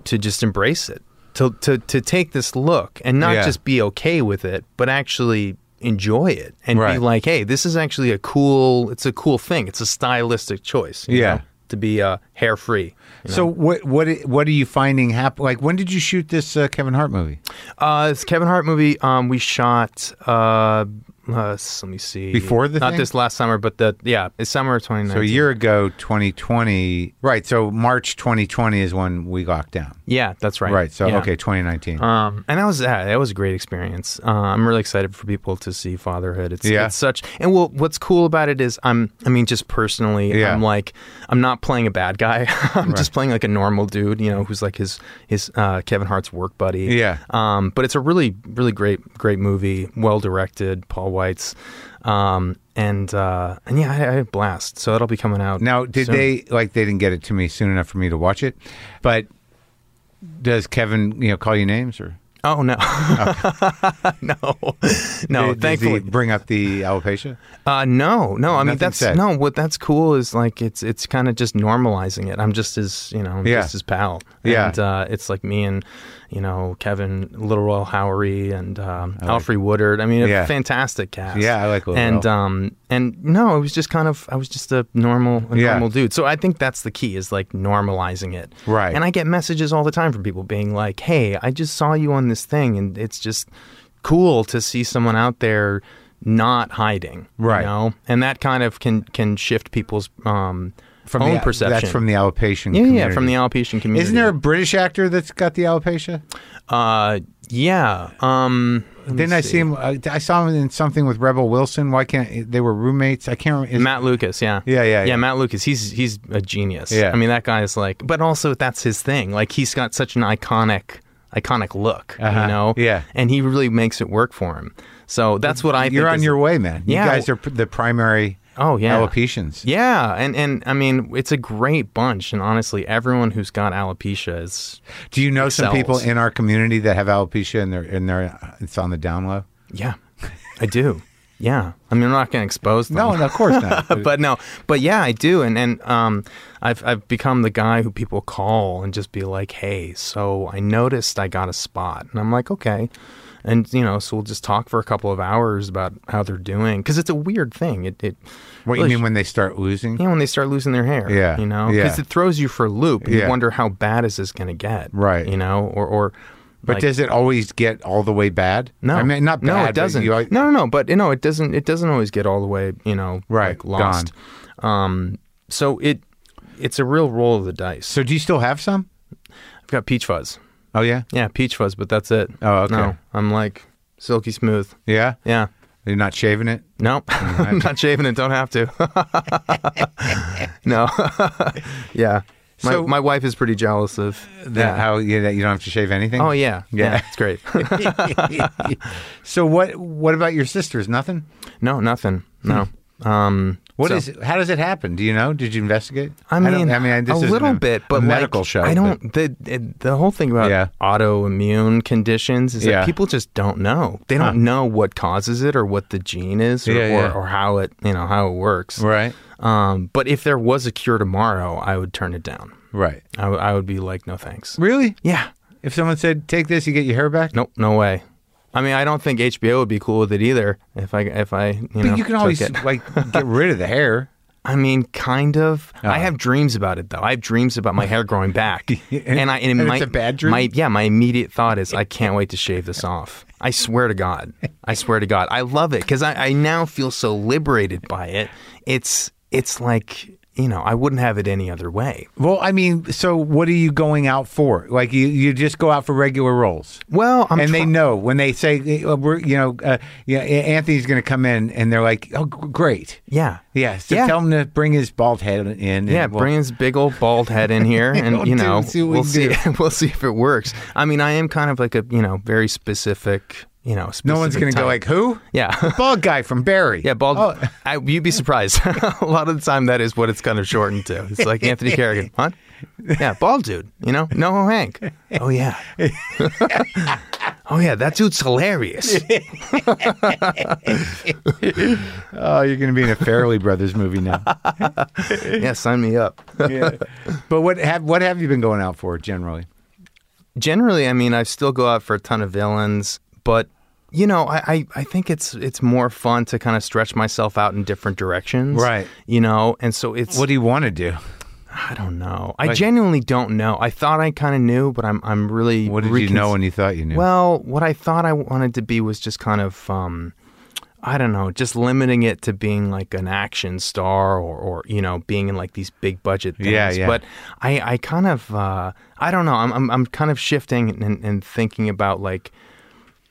Speaker 3: to just embrace it. To to to take this look and not
Speaker 1: Yeah.
Speaker 3: just be okay with it, but actually enjoy it and
Speaker 1: Right.
Speaker 3: be like, hey, this is actually a cool. It's a cool thing. It's a stylistic choice. you
Speaker 1: Yeah.
Speaker 3: know, to be uh, hair free.
Speaker 1: So what what i- what are you finding happen? Like when did you shoot this uh, Kevin Hart movie?
Speaker 3: Uh, this Kevin Hart movie um, we shot. Uh, uh, s- let me see.
Speaker 1: Before the
Speaker 3: not
Speaker 1: thing?
Speaker 3: this last summer, but the yeah, it's summer of 2019.
Speaker 1: So a year ago, 2020, right? So March 2020 is when we locked down,
Speaker 3: yeah, that's right.
Speaker 1: right? So
Speaker 3: Yeah.
Speaker 1: okay, 2019.
Speaker 3: Um, and that was that. That was a great experience. Uh, I'm really excited for people to see fatherhood. It's,
Speaker 1: Yeah.
Speaker 3: it's such. And well, what's cool about it is I'm. I mean, just personally,
Speaker 1: Yeah.
Speaker 3: I'm like I'm not playing a bad guy. *laughs* I'm just playing like a normal dude, you know, who's like his his uh, Kevin Hart's work buddy.
Speaker 1: Yeah.
Speaker 3: Um, but it's a really really great great movie. Well directed. Paul White's. Um, and uh, and yeah, I, I had a blast. So that'll be coming out
Speaker 1: now, did
Speaker 3: soon.
Speaker 1: they like they didn't get it to me soon enough for me to watch it? But does Kevin, you know, call you names or
Speaker 3: Oh no. *laughs* no. *laughs* No.
Speaker 1: Oh. Did- does he
Speaker 3: thankfully,
Speaker 1: bring up the alopecia?
Speaker 3: Uh, no, no. I mean,
Speaker 1: Nothing
Speaker 3: that's
Speaker 1: said.
Speaker 3: no. What that's cool is like it's it's kind of just normalizing it. I'm just his, you know, I'm
Speaker 1: Yeah.
Speaker 3: just his pal.
Speaker 1: Yeah.
Speaker 3: And uh, it's like me and you know Kevin Little Royal Howery and um, Alfred Woodard. I mean,
Speaker 1: Yeah.
Speaker 3: a fantastic cast.
Speaker 1: Yeah, I like Little
Speaker 3: and
Speaker 1: Royal.
Speaker 3: um and no, it was just kind of I was just a normal a
Speaker 1: Yeah.
Speaker 3: normal dude. So I think that's the key is like normalizing it.
Speaker 1: Right.
Speaker 3: And I get messages all the time from people being like, "Hey, I just saw you on this thing, and it's just cool to see someone out there." not hiding
Speaker 1: Right.
Speaker 3: you know? and that kind of can can shift people's um own
Speaker 1: the,
Speaker 3: perception
Speaker 1: Oh, That's from the alopecia.
Speaker 3: yeah, yeah
Speaker 1: community.
Speaker 3: from the Alpecian community
Speaker 1: Isn't there a British actor that's got the alopecia?
Speaker 3: uh yeah um let me
Speaker 1: Didn't I
Speaker 3: see.
Speaker 1: see him? Uh, I saw him in something with Rebel Wilson. Why can't they were roommates? I can't remember. is-
Speaker 3: Matt Lucas, yeah.
Speaker 1: Yeah, yeah,
Speaker 3: yeah,
Speaker 1: yeah.
Speaker 3: Matt Lucas, he's he's a genius.
Speaker 1: Yeah.
Speaker 3: I mean that guy is like, but also that's his thing. Like he's got such an iconic, iconic look,
Speaker 1: Uh-huh.
Speaker 3: you know.
Speaker 1: Yeah.
Speaker 3: and he really makes it work for him. So that's what I.
Speaker 1: You're
Speaker 3: think
Speaker 1: on
Speaker 3: is-
Speaker 1: your way, man.
Speaker 3: Yeah.
Speaker 1: You guys are p- the primary
Speaker 3: Oh yeah.
Speaker 1: alopecians.
Speaker 3: Yeah, and and I mean it's a great bunch, and honestly, everyone who's got alopecia is
Speaker 1: Do you know some
Speaker 3: excels.
Speaker 1: people in our community that have alopecia and they're and they're it's on the down low?
Speaker 3: yeah, I do. Yeah, I mean, I'm not going to expose them.
Speaker 1: No, no, of course *laughs* not.
Speaker 3: *laughs* but no, but yeah, I do, and and um, I've I've become the guy who people call and just be like, hey, so I noticed I got a spot, and I'm like, okay, and you know, so we'll just talk for a couple of hours about how they're doing because it's a weird thing. It it
Speaker 1: what do you
Speaker 3: really-
Speaker 1: mean when they start losing?
Speaker 3: yeah *laughs* when they start losing their hair,
Speaker 1: Yeah,
Speaker 3: you know,
Speaker 1: yeah.
Speaker 3: because it throws you for a loop. And
Speaker 1: Yeah.
Speaker 3: You wonder how bad is this going to get,
Speaker 1: Right.
Speaker 3: You know, or or
Speaker 1: But
Speaker 3: like-
Speaker 1: does it always get all the way bad?
Speaker 3: no,
Speaker 1: I mean not bad.
Speaker 3: No,
Speaker 1: but
Speaker 3: it doesn't.
Speaker 1: you-
Speaker 3: no, no, no. But you know, it doesn't. It doesn't always get all the way. You know,
Speaker 1: Right,
Speaker 3: like lost. Um, so it it's a real roll of the dice.
Speaker 1: so do you still have some?
Speaker 3: I've got peach fuzz.
Speaker 1: Oh yeah,
Speaker 3: Yeah, peach fuzz, but that's it.
Speaker 1: Oh, okay.
Speaker 3: No, I'm like silky smooth.
Speaker 1: yeah.
Speaker 3: Yeah.
Speaker 1: You're not shaving it.
Speaker 3: No, *laughs* I'm not shaving it. Don't have to. *laughs* no. *laughs* yeah. My,
Speaker 1: So-
Speaker 3: my wife is pretty jealous of
Speaker 1: That
Speaker 3: that.
Speaker 1: how you, that you don't have to shave anything.
Speaker 3: oh yeah,
Speaker 1: Yeah.
Speaker 3: yeah, it's great.
Speaker 1: *laughs* So what? What about your sisters? Nothing.
Speaker 3: no, nothing. No.
Speaker 1: Hmm.
Speaker 3: Um,
Speaker 1: What
Speaker 3: so-
Speaker 1: is? How does it happen? Do you know? Did you investigate?
Speaker 3: I
Speaker 1: don't-
Speaker 3: mean,
Speaker 1: I mean, this
Speaker 3: a
Speaker 1: isn't
Speaker 3: little bit, but
Speaker 1: a medical
Speaker 3: like,
Speaker 1: show. but-
Speaker 3: I don't. The it- the whole thing about
Speaker 1: Yeah.
Speaker 3: autoimmune conditions is
Speaker 1: Yeah.
Speaker 3: that people just don't know. They don't
Speaker 1: Huh.
Speaker 3: know what causes it or what the gene is or,
Speaker 1: Yeah, yeah.
Speaker 3: Or, or how it you know how it works.
Speaker 1: Right.
Speaker 3: Um, but if there was a cure tomorrow, I would turn it down.
Speaker 1: Right.
Speaker 3: I, w- I would be like, no thanks.
Speaker 1: Really?
Speaker 3: Yeah.
Speaker 1: If someone said, "Take this, you get your hair back,"
Speaker 3: Nope. No way. I mean, I don't think HBO would be cool with it either. If I if I you
Speaker 1: but
Speaker 3: know
Speaker 1: you can
Speaker 3: took
Speaker 1: always
Speaker 3: it.
Speaker 1: like *laughs* get rid of the hair.
Speaker 3: I mean, kind of.
Speaker 1: Uh-huh.
Speaker 3: I have dreams about it though. I have dreams about my hair growing back, and I
Speaker 1: *laughs*
Speaker 3: and,
Speaker 1: And it's
Speaker 3: my,
Speaker 1: a bad dream?
Speaker 3: My, yeah, my immediate thought is, I can't wait to shave this off. I swear to God, I swear to God, I love it because I, I now feel so liberated by it. It's it's like you know, I wouldn't have it any other way.
Speaker 1: Well, I mean, so what are you going out for? Like you, you just go out for regular rolls.
Speaker 3: Well, I'm
Speaker 1: and
Speaker 3: try-
Speaker 1: they know when they say, uh, "We're," you know, uh, yeah, Anthony's going to come in, and they're like, "Oh, g- great."
Speaker 3: yeah
Speaker 1: Yeah, so
Speaker 3: Yeah.
Speaker 1: tell him to bring his bald head in. and
Speaker 3: Yeah,
Speaker 1: we'll-
Speaker 3: bring his big old bald
Speaker 1: *laughs*
Speaker 3: head in here,
Speaker 1: We'll
Speaker 3: and you
Speaker 1: do-
Speaker 3: know,
Speaker 1: see what we
Speaker 3: we'll
Speaker 1: can
Speaker 3: see. *laughs* we'll see if it works. I mean, I am kind of like a you know very specific. You know,
Speaker 1: no one's
Speaker 3: going to
Speaker 1: go like, "Who?"
Speaker 3: yeah.
Speaker 1: *laughs* bald guy from Barry.
Speaker 3: Yeah, bald.
Speaker 1: Oh,
Speaker 3: I, you'd be surprised. *laughs* a lot of the time, that is what it's kind of shortened to. It's
Speaker 1: *laughs*
Speaker 3: like Anthony Kerrigan, huh? Yeah, bald dude. You know, no Hank.
Speaker 1: *laughs*
Speaker 3: Oh yeah. oh yeah, that dude's
Speaker 1: *laughs*
Speaker 3: hilarious.
Speaker 1: oh, you're going to be in a Farrelly Brothers movie now.
Speaker 3: *laughs* Yeah, sign me up.
Speaker 1: But what have what have you been going out for generally?
Speaker 3: Generally, I mean, I still go out for a ton of villains, but you know, I, I, I think it's it's more fun to kind of stretch myself out in different directions,
Speaker 1: Right.
Speaker 3: You know, and so it's
Speaker 1: What do you want to do?
Speaker 3: I don't know. I genuinely don't know. I thought I kind of knew, but I'm I'm really
Speaker 1: What did you
Speaker 3: recon-
Speaker 1: know when you thought you knew?
Speaker 3: Well, what I thought I wanted to be was just kind of, um, I don't know, just limiting it to being like an action star or, or you know, being in like these big budget things.
Speaker 1: Yeah, yeah.
Speaker 3: But I, I kind of, uh, I don't know, I'm, I'm, I'm kind of shifting and, and thinking about like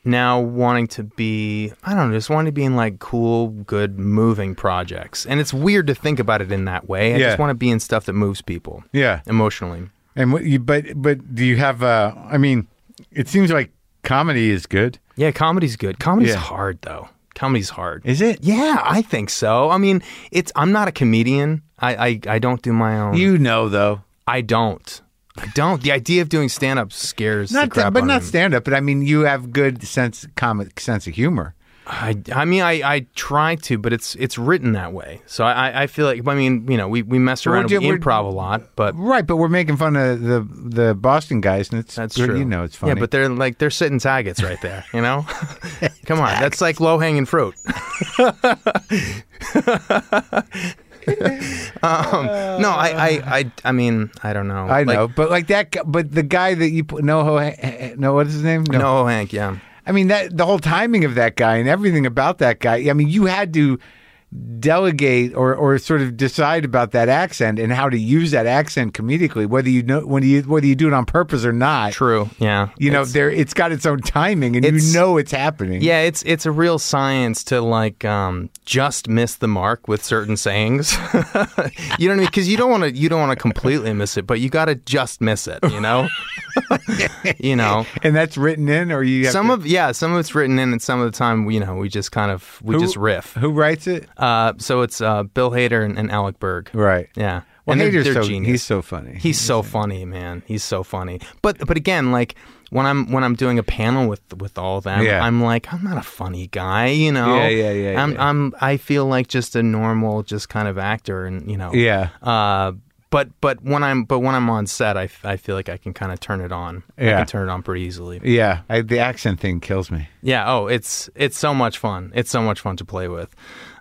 Speaker 3: now wanting to be, I don't know, just wanting to be in like cool, good, moving projects. And it's weird to think about it in that way. I
Speaker 1: Yeah.
Speaker 3: just want to be in stuff that moves people
Speaker 1: yeah,
Speaker 3: emotionally.
Speaker 1: and what you, but but do you have? Uh, I mean, it seems like comedy is good.
Speaker 3: Yeah, comedy's good. Comedy's
Speaker 1: Yeah.
Speaker 3: hard though. Comedy's hard.
Speaker 1: Is it?
Speaker 3: Yeah, I think so. I mean, it's I'm not a comedian. I I, I don't do my own.
Speaker 1: You know, though,
Speaker 3: I don't. I don't. The idea of doing stand up scares the
Speaker 1: not
Speaker 3: crap
Speaker 1: but
Speaker 3: out
Speaker 1: not
Speaker 3: of me.
Speaker 1: stand up. But I mean, you have good sense, comic sense of humor.
Speaker 3: I, I mean, I, I try to, but it's it's written that way. So I, I- I feel like I mean, you know, we, we mess
Speaker 1: We're
Speaker 3: around
Speaker 1: do-
Speaker 3: with
Speaker 1: we're-
Speaker 3: improv a lot, but
Speaker 1: Right, but we're making fun of the the Boston guys, and it's
Speaker 3: that's
Speaker 1: good,
Speaker 3: true.
Speaker 1: You know, it's funny.
Speaker 3: Yeah, but they're like they're sitting targets right there. You know, *laughs* come on, that's like low
Speaker 1: *laughs*
Speaker 3: hanging fruit. *laughs* um, no, I, I I I mean I don't know.
Speaker 1: I
Speaker 3: Like,
Speaker 1: know, but like that, gu- but the guy that you put, no, no, what is his name? *laughs*
Speaker 3: No, Hank. Yeah.
Speaker 1: I mean that the whole timing of that guy and everything about that guy. I mean, you had to delegate or or sort of decide about that accent and how to use that accent comedically, whether you know when you whether you do it on purpose or not.
Speaker 3: True. Yeah.
Speaker 1: You know,
Speaker 3: It's-
Speaker 1: there it's got its own timing, and you
Speaker 3: It's-
Speaker 1: know it's happening.
Speaker 3: yeah, it's it's a real science to like um, just miss the mark with certain sayings. *laughs* you know what I mean? Because you don't want to you don't want to completely miss it, but you got to just miss it. You know. *laughs*
Speaker 1: *laughs*
Speaker 3: you know.
Speaker 1: and that's written in, or you have
Speaker 3: Some
Speaker 1: to-
Speaker 3: of yeah, some of it's written in, and some of the time you know we just kind of we
Speaker 1: Who-
Speaker 3: just riff.
Speaker 1: who writes it,
Speaker 3: Uh, so it's uh, Bill Hader and, and Alec Berg.
Speaker 1: right?
Speaker 3: Yeah.
Speaker 1: Well,
Speaker 3: and they're,
Speaker 1: Hader's
Speaker 3: they're
Speaker 1: so
Speaker 3: genius.
Speaker 1: he's so funny.
Speaker 3: He's so funny, man. He's so funny. But but again, like when I'm when I'm doing a panel with with all of them,
Speaker 1: Yeah.
Speaker 3: I'm like, I'm not a funny guy, you know.
Speaker 1: Yeah, yeah, yeah,
Speaker 3: I'm
Speaker 1: yeah.
Speaker 3: I'm I feel like just a normal, just kind of actor, and you know.
Speaker 1: Yeah.
Speaker 3: Uh, but but when I'm but when I'm on set, I, f- I feel like I can kind of turn it on. I
Speaker 1: Yeah.
Speaker 3: can turn it on pretty easily.
Speaker 1: Yeah, I, the accent thing kills me.
Speaker 3: Yeah. Oh, it's it's so much fun. It's so much fun to play with.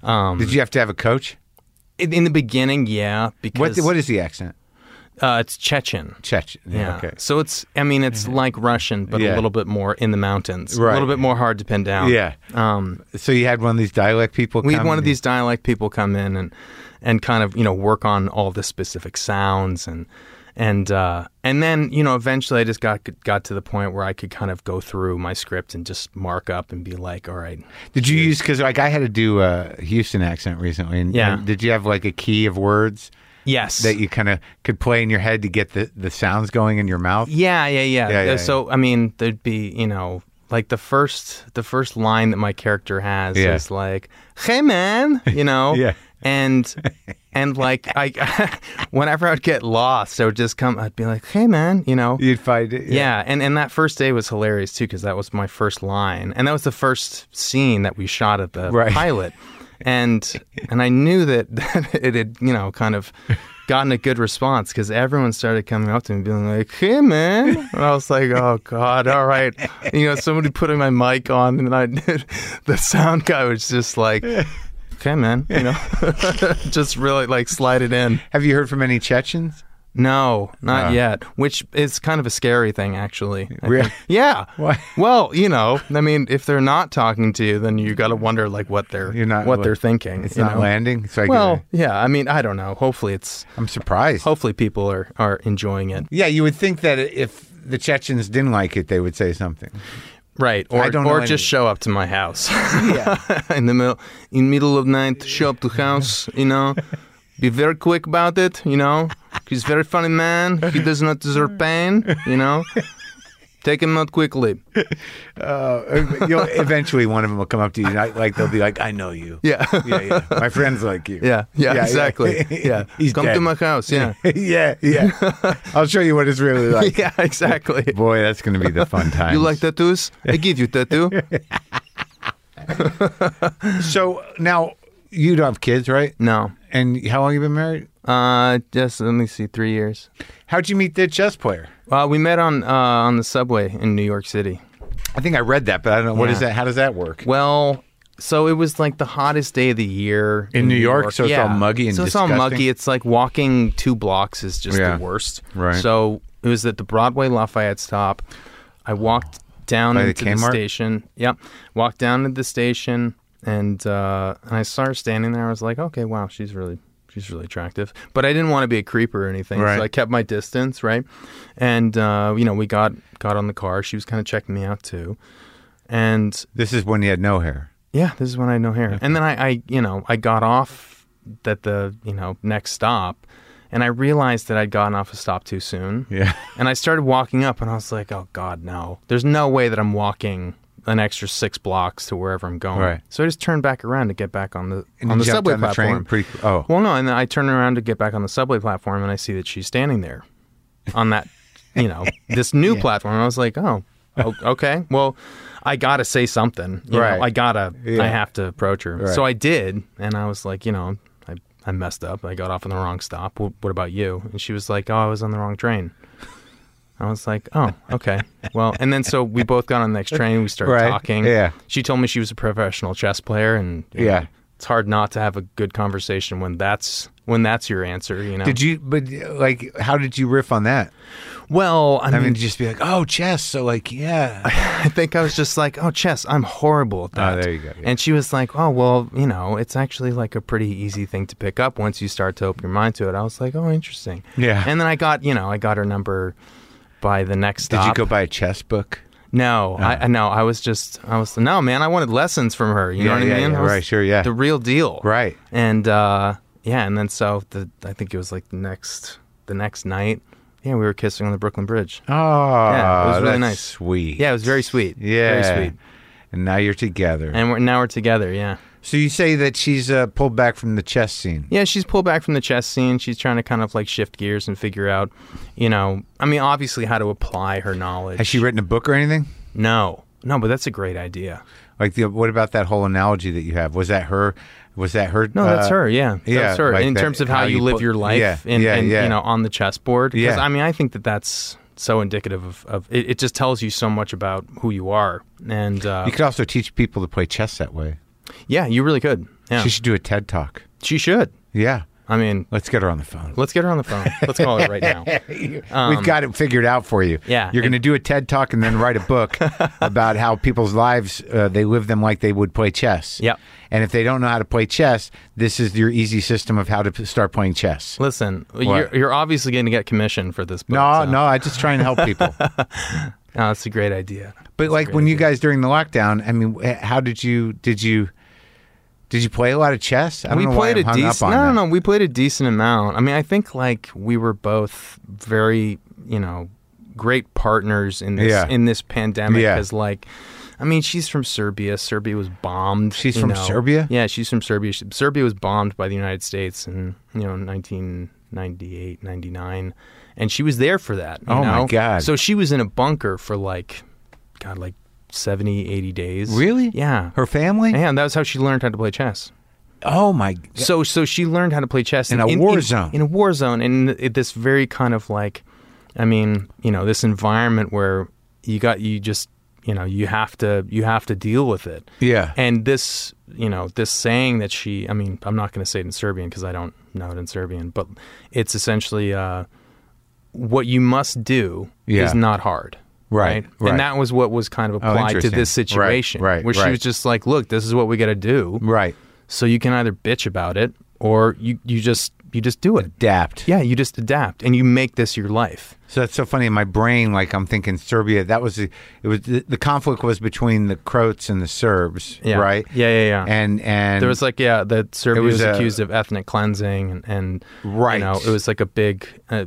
Speaker 3: Um,
Speaker 1: Did you have to have a coach?
Speaker 3: in, in the beginning, yeah,
Speaker 1: What
Speaker 3: because
Speaker 1: what is the accent?
Speaker 3: uh, it's Chechen.
Speaker 1: Chechen.
Speaker 3: Yeah.
Speaker 1: Okay.
Speaker 3: So it's, I mean, it's like Russian, but
Speaker 1: Yeah.
Speaker 3: a little bit more in the mountains.
Speaker 1: Right.
Speaker 3: A little bit more hard to pin down.
Speaker 1: Yeah.
Speaker 3: Um,
Speaker 1: So you had one of these dialect people.
Speaker 3: we had
Speaker 1: come
Speaker 3: one of
Speaker 1: and-
Speaker 3: these dialect people come in and, and kind of, you know, work on all the specific sounds and, and, uh, and then, you know, eventually I just got, got to the point where I could kind of go through my script and just mark up and be like, all right,
Speaker 1: Did you use because like I had to do a Houston accent recently? And,
Speaker 3: Yeah.
Speaker 1: and did you have like a key of words
Speaker 3: yes.
Speaker 1: that you kind of could play in your head to get the the sounds going in your mouth?
Speaker 3: Yeah, yeah, yeah.
Speaker 1: Yeah, yeah,
Speaker 3: Uh, so I mean, there'd be you know like the first the first line that my character has
Speaker 1: Yeah.
Speaker 3: is like, "Hey man," you know.
Speaker 1: *laughs* Yeah.
Speaker 3: And and like I, *laughs* whenever I'd get lost, I would just come. I'd be like, "Hey man," you know.
Speaker 1: You'd find it.
Speaker 3: Yeah, and and that first day was hilarious too because that was my first line, and that was the first scene that we shot at the
Speaker 1: Right.
Speaker 3: pilot, and and I knew that, *laughs* that it had you know kind of gotten a good response because everyone started coming up to me being like, "Hey man," and I was like, "Oh God, all right," you know, somebody putting my mic on, and I the sound guy was just like. Okay, man. You know, *laughs* just really like slide it in.
Speaker 1: Have you heard from any Chechens?
Speaker 3: No, not
Speaker 1: Ah.
Speaker 3: yet. Which is kind of a scary thing, actually. I
Speaker 1: Really?
Speaker 3: think. Yeah.
Speaker 1: *laughs* Why?
Speaker 3: Well, you know, I mean, if they're not talking to you, then you got to wonder like what they're
Speaker 1: You're not-
Speaker 3: what they're thinking.
Speaker 1: It's
Speaker 3: you
Speaker 1: not
Speaker 3: know?
Speaker 1: landing. So I
Speaker 3: Well, yeah. I mean, I don't know. Hopefully, it's
Speaker 1: I'm surprised.
Speaker 3: hopefully people are are enjoying it,
Speaker 1: Yeah, you would think that if the Chechens didn't like it, they would say
Speaker 3: *laughs*
Speaker 1: something.
Speaker 3: right? Or
Speaker 1: I don't know
Speaker 3: or
Speaker 1: any-
Speaker 3: just show up to my house. *laughs* in the middle in middle of night, show up to house. You know, be very quick about it. You know, he's very funny man. He does not deserve pain. You know, take him out quickly.
Speaker 1: Uh, You'll, eventually, one of them will come up to you, and I, like they'll be like, "I know you.
Speaker 3: Yeah. *laughs*
Speaker 1: yeah, yeah. My friends like you.
Speaker 3: Yeah, yeah,
Speaker 1: *laughs*
Speaker 3: exactly. Yeah,
Speaker 1: He's
Speaker 3: come to
Speaker 1: dead.
Speaker 3: my house. Yeah,
Speaker 1: *laughs* yeah, yeah.
Speaker 3: *laughs*
Speaker 1: I'll show you what it's really like.
Speaker 3: yeah, exactly.
Speaker 1: Boy, that's going to be the *laughs* fun time.
Speaker 3: You like tattoos? I give you tattoo.
Speaker 1: So now you don't have kids, right?
Speaker 3: No,
Speaker 1: And how long you been married?
Speaker 3: uh, just let me see, three years.
Speaker 1: How'd you meet the chess player?
Speaker 3: Uh, we met on uh, on the subway in New York City.
Speaker 1: I think I read that, but I don't know what is
Speaker 3: Yeah.
Speaker 1: that. How does that work?
Speaker 3: Well, so it was like the hottest day of the year
Speaker 1: In New York, so it's
Speaker 3: Yeah.
Speaker 1: all muggy and
Speaker 3: so it's all
Speaker 1: disgusting?
Speaker 3: muggy. It's like walking two blocks is just
Speaker 1: Yeah.
Speaker 3: the worst.
Speaker 1: Right.
Speaker 3: So it was at the Broadway Lafayette stop. I walked down
Speaker 1: By the
Speaker 3: into the,
Speaker 1: Kmart?
Speaker 3: station. Yep. Walked down to the station and uh, and I saw her standing there. I was like, okay, wow, she's really she's really attractive. But I didn't want to be a creeper or anything,
Speaker 1: Right.
Speaker 3: so I kept my distance, right? And uh, you know, we got got on the car. She was kind of checking me out too. And
Speaker 1: this is when you had no hair.
Speaker 3: yeah, this is when I had no hair. And then I, I, you know, I got off at the, you know, next stop and I realized that I'd gotten off a stop too soon.
Speaker 1: Yeah.
Speaker 3: And I started walking up and I was like, oh God, no. There's no way that I'm walking an extra six blocks to wherever I'm going.
Speaker 1: Right.
Speaker 3: So I just turned back around to get back on the
Speaker 1: *laughs* And
Speaker 3: on
Speaker 1: you
Speaker 3: the
Speaker 1: jumped
Speaker 3: subway
Speaker 1: on the train
Speaker 3: platform.
Speaker 1: pretty- oh.
Speaker 3: Well no, and then I turn around to get back on the subway platform and I see that she's standing there on that
Speaker 1: *laughs*
Speaker 3: you know, this new platform. And I was like, oh, o- okay. Well, I gotta say something. You
Speaker 1: Right.
Speaker 3: Know, I gotta
Speaker 1: Yeah.
Speaker 3: I have to approach her.
Speaker 1: Right.
Speaker 3: So I did, and I was like, you know, I, I messed up. I got off on the wrong stop. What, what about you? And she was like, oh, I was on the wrong train. I was like, oh, okay. Well, and then so we both got on the next train. We started
Speaker 1: Right.
Speaker 3: talking.
Speaker 1: Yeah.
Speaker 3: She told me she was a professional chess player, and you
Speaker 1: Yeah.
Speaker 3: know, it's hard not to have a good conversation when that's when that's your answer. You know.
Speaker 1: Did you? But like, how did you riff on that?
Speaker 3: well, I,
Speaker 1: I
Speaker 3: mean,
Speaker 1: mean, just be like, "Oh, chess." So like, yeah.
Speaker 3: *laughs* I think I was just like, oh, chess, I'm horrible at
Speaker 1: Oh,
Speaker 3: that.
Speaker 1: there you go, yeah.
Speaker 3: And she was like, oh, well, you know, it's actually like a pretty easy thing to pick up once you start to open your mind to it. I was like, oh, interesting.
Speaker 1: Yeah.
Speaker 3: And then I got, you know, I got her number by the next
Speaker 1: *laughs* Did
Speaker 3: stop.
Speaker 1: you go buy a chess book?
Speaker 3: No, I I no, I was just I was no man. I wanted lessons from her. You
Speaker 1: Yeah,
Speaker 3: know what
Speaker 1: yeah,
Speaker 3: I mean?
Speaker 1: yeah,
Speaker 3: I was
Speaker 1: right, sure, yeah.
Speaker 3: the real deal,
Speaker 1: Right.
Speaker 3: And uh, yeah, and then so the I think it was like the next the next night. Yeah, we were kissing on the Brooklyn Bridge.
Speaker 1: Oh,
Speaker 3: Yeah, it was really
Speaker 1: that's
Speaker 3: nice.
Speaker 1: Sweet.
Speaker 3: Yeah, it was very sweet.
Speaker 1: Yeah.
Speaker 3: very sweet.
Speaker 1: And now you're together.
Speaker 3: And we're now we're together. Yeah.
Speaker 1: So you say that she's uh, pulled back from the chess scene.
Speaker 3: Yeah, she's pulled back from the chess scene. She's trying to kind of like shift gears and figure out, you know, I mean, obviously how to apply her knowledge.
Speaker 1: Has she written a book or anything?
Speaker 3: no, no, but that's a great idea.
Speaker 1: Like, the, what about that whole analogy that you have? Was that her? Was that her? uh,
Speaker 3: No, that's her. Yeah,
Speaker 1: yeah,
Speaker 3: that's her.
Speaker 1: like
Speaker 3: in
Speaker 1: that-
Speaker 3: terms of how,
Speaker 1: how
Speaker 3: you
Speaker 1: you
Speaker 3: live
Speaker 1: put-
Speaker 3: your life,
Speaker 1: yeah,
Speaker 3: and,
Speaker 1: yeah,
Speaker 3: and
Speaker 1: yeah.
Speaker 3: you know, on the chessboard. 'Cause,
Speaker 1: Yeah.
Speaker 3: I mean, I think that that's so indicative of, of it, it. Just tells you so much about who you are, and uh,
Speaker 1: You could also teach people to play chess that way.
Speaker 3: yeah, you really could. Yeah,
Speaker 1: She
Speaker 3: she,
Speaker 1: should do a TED talk.
Speaker 3: should.
Speaker 1: Yeah.
Speaker 3: I mean,
Speaker 1: Let's get her on the phone.
Speaker 3: let's get her on the phone. Let's call her right
Speaker 1: *laughs*
Speaker 3: now.
Speaker 1: We've got it figured out for you.
Speaker 3: Um, Yeah.
Speaker 1: You're going to do a TED talk and then write a
Speaker 3: *laughs*
Speaker 1: book about how people's lives, uh, they live them like they would play chess.
Speaker 3: Yep.
Speaker 1: And if they don't know how to play chess, this is your easy system of how to p- start playing chess.
Speaker 3: Listen, you're, you're obviously going to get commission for this. Book,
Speaker 1: No,
Speaker 3: so-
Speaker 1: no, I just try and help people.
Speaker 3: Oh, that's a great idea.
Speaker 1: But like when you guys during the lockdown, I mean, wh- how did you did you did you play a lot of chess? I don't know why I'm hung up on
Speaker 3: decent. No,
Speaker 1: that.
Speaker 3: no, no, we played a decent amount. I mean, I think like we were both very, you know, great partners in this
Speaker 1: Yeah.
Speaker 3: in this pandemic.
Speaker 1: Yeah.
Speaker 3: Because like, I mean, she's from Serbia. Serbia was bombed.
Speaker 1: She's
Speaker 3: you
Speaker 1: from
Speaker 3: know.
Speaker 1: Serbia?
Speaker 3: Yeah, she's from Serbia. She- Serbia was bombed by the United States in you know 1998, 99, and she was there for that. you
Speaker 1: Oh, my
Speaker 3: know?
Speaker 1: God.
Speaker 3: So she was in a bunker for like, God, like 70, 80 days.
Speaker 1: Really?
Speaker 3: Yeah.
Speaker 1: Her family?
Speaker 3: and that was how she learned how to play chess.
Speaker 1: Oh my!
Speaker 3: So so she learned how to play chess
Speaker 1: In a war zone.
Speaker 3: In a war zone, and in this very kind of like, I mean, you know, this environment where you got you just you know you have to you have to deal with it.
Speaker 1: Yeah.
Speaker 3: And this you know this saying that she, I mean, I'm not going to say it in Serbian because I don't know it in Serbian, but it's essentially uh, what you must do
Speaker 1: Yeah.
Speaker 3: is not hard.
Speaker 1: Right, right. Oh,
Speaker 3: and that was what was kind of applied to
Speaker 1: interesting.
Speaker 3: this
Speaker 1: Right,
Speaker 3: situation,
Speaker 1: right,
Speaker 3: where she
Speaker 1: right.
Speaker 3: was just like, "Look, this is what we got to do,
Speaker 1: Right.
Speaker 3: so you can either bitch about it or you, you just you just do it.
Speaker 1: Dapped.
Speaker 3: Yeah, you just adapt and you make this your life.
Speaker 1: So that's so funny in my brain. Like I'm thinking Serbia. That was the, it was the, the conflict was between the Croats and the Serbs,
Speaker 3: Yeah.
Speaker 1: right?
Speaker 3: Yeah, yeah, yeah.
Speaker 1: And and
Speaker 3: There was like yeah, that Serbia was,
Speaker 1: was a-
Speaker 3: accused of ethnic cleansing and, and
Speaker 1: Right.
Speaker 3: You know, it was like a big, uh,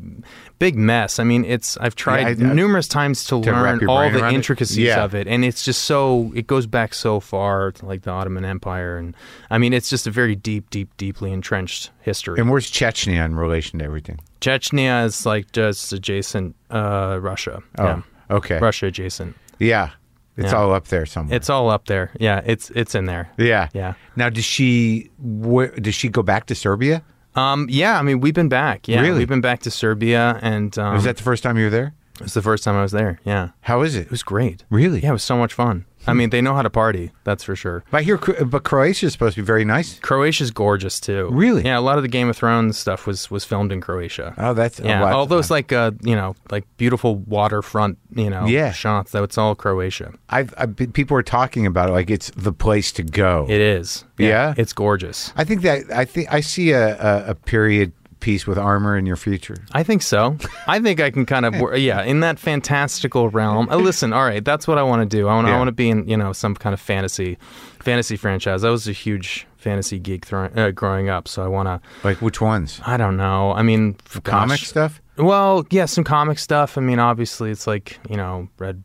Speaker 3: big mess. I mean, it's I've tried
Speaker 1: I- I-
Speaker 3: numerous times to,
Speaker 1: wrap
Speaker 3: learn
Speaker 1: your
Speaker 3: all
Speaker 1: brain
Speaker 3: the
Speaker 1: around it?
Speaker 3: intricacies
Speaker 1: Yeah.
Speaker 3: of it, and it's just so it goes back so far to like the Ottoman Empire, and I mean, it's just a very deep, deep, deeply entrenched history.
Speaker 1: and where's Chechnya in relation to everything?
Speaker 3: Chechnya is like just adjacent uh, Russia.
Speaker 1: Oh,
Speaker 3: yeah.
Speaker 1: okay.
Speaker 3: Russia adjacent.
Speaker 1: Yeah, it's
Speaker 3: Yeah.
Speaker 1: all up there somewhere.
Speaker 3: It's all up there. Yeah, it's it's in there.
Speaker 1: yeah,
Speaker 3: Yeah.
Speaker 1: Now, does she where, does she go back to Serbia?
Speaker 3: Um, yeah, I mean, we've been back. Yeah,
Speaker 1: Really?
Speaker 3: we've been back to Serbia, and um,
Speaker 1: Was that the first time you were there?
Speaker 3: it was the first time I was there. Yeah, it
Speaker 1: How is it?
Speaker 3: was great.
Speaker 1: Really?
Speaker 3: Yeah, it was so much fun.
Speaker 1: Hmm.
Speaker 3: I mean, they know how to party. That's for sure.
Speaker 1: But I hear, Cro- but Croatia is supposed to be very nice.
Speaker 3: Croatia's gorgeous too.
Speaker 1: Really?
Speaker 3: Yeah, a lot of the Game of Thrones stuff was was filmed in Croatia.
Speaker 1: Oh, that's
Speaker 3: yeah.
Speaker 1: oh, wow.
Speaker 3: all those like uh, you know, like beautiful waterfront, you know,
Speaker 1: Yeah.
Speaker 3: shots. That's all Croatia.
Speaker 1: I've, I've been- people are talking about it like it's the place to go.
Speaker 3: It is.
Speaker 1: Yeah?
Speaker 3: It's gorgeous.
Speaker 1: I think that I think I see a, a, a period piece with armor in your future.
Speaker 3: I think so. I think I can kind of, wor- yeah, in that fantastical realm. Uh, listen, all right, that's what I want to do. I want, to I
Speaker 1: Yeah.
Speaker 3: want to be in, you know, some kind of fantasy, fantasy franchise. I was a huge fantasy geek thr- uh, growing up, so I want to.
Speaker 1: Like which ones?
Speaker 3: I don't know. I mean, f- Oh gosh.
Speaker 1: Comic stuff?
Speaker 3: Well, yeah, some comic stuff. I mean, obviously, it's like you know, Red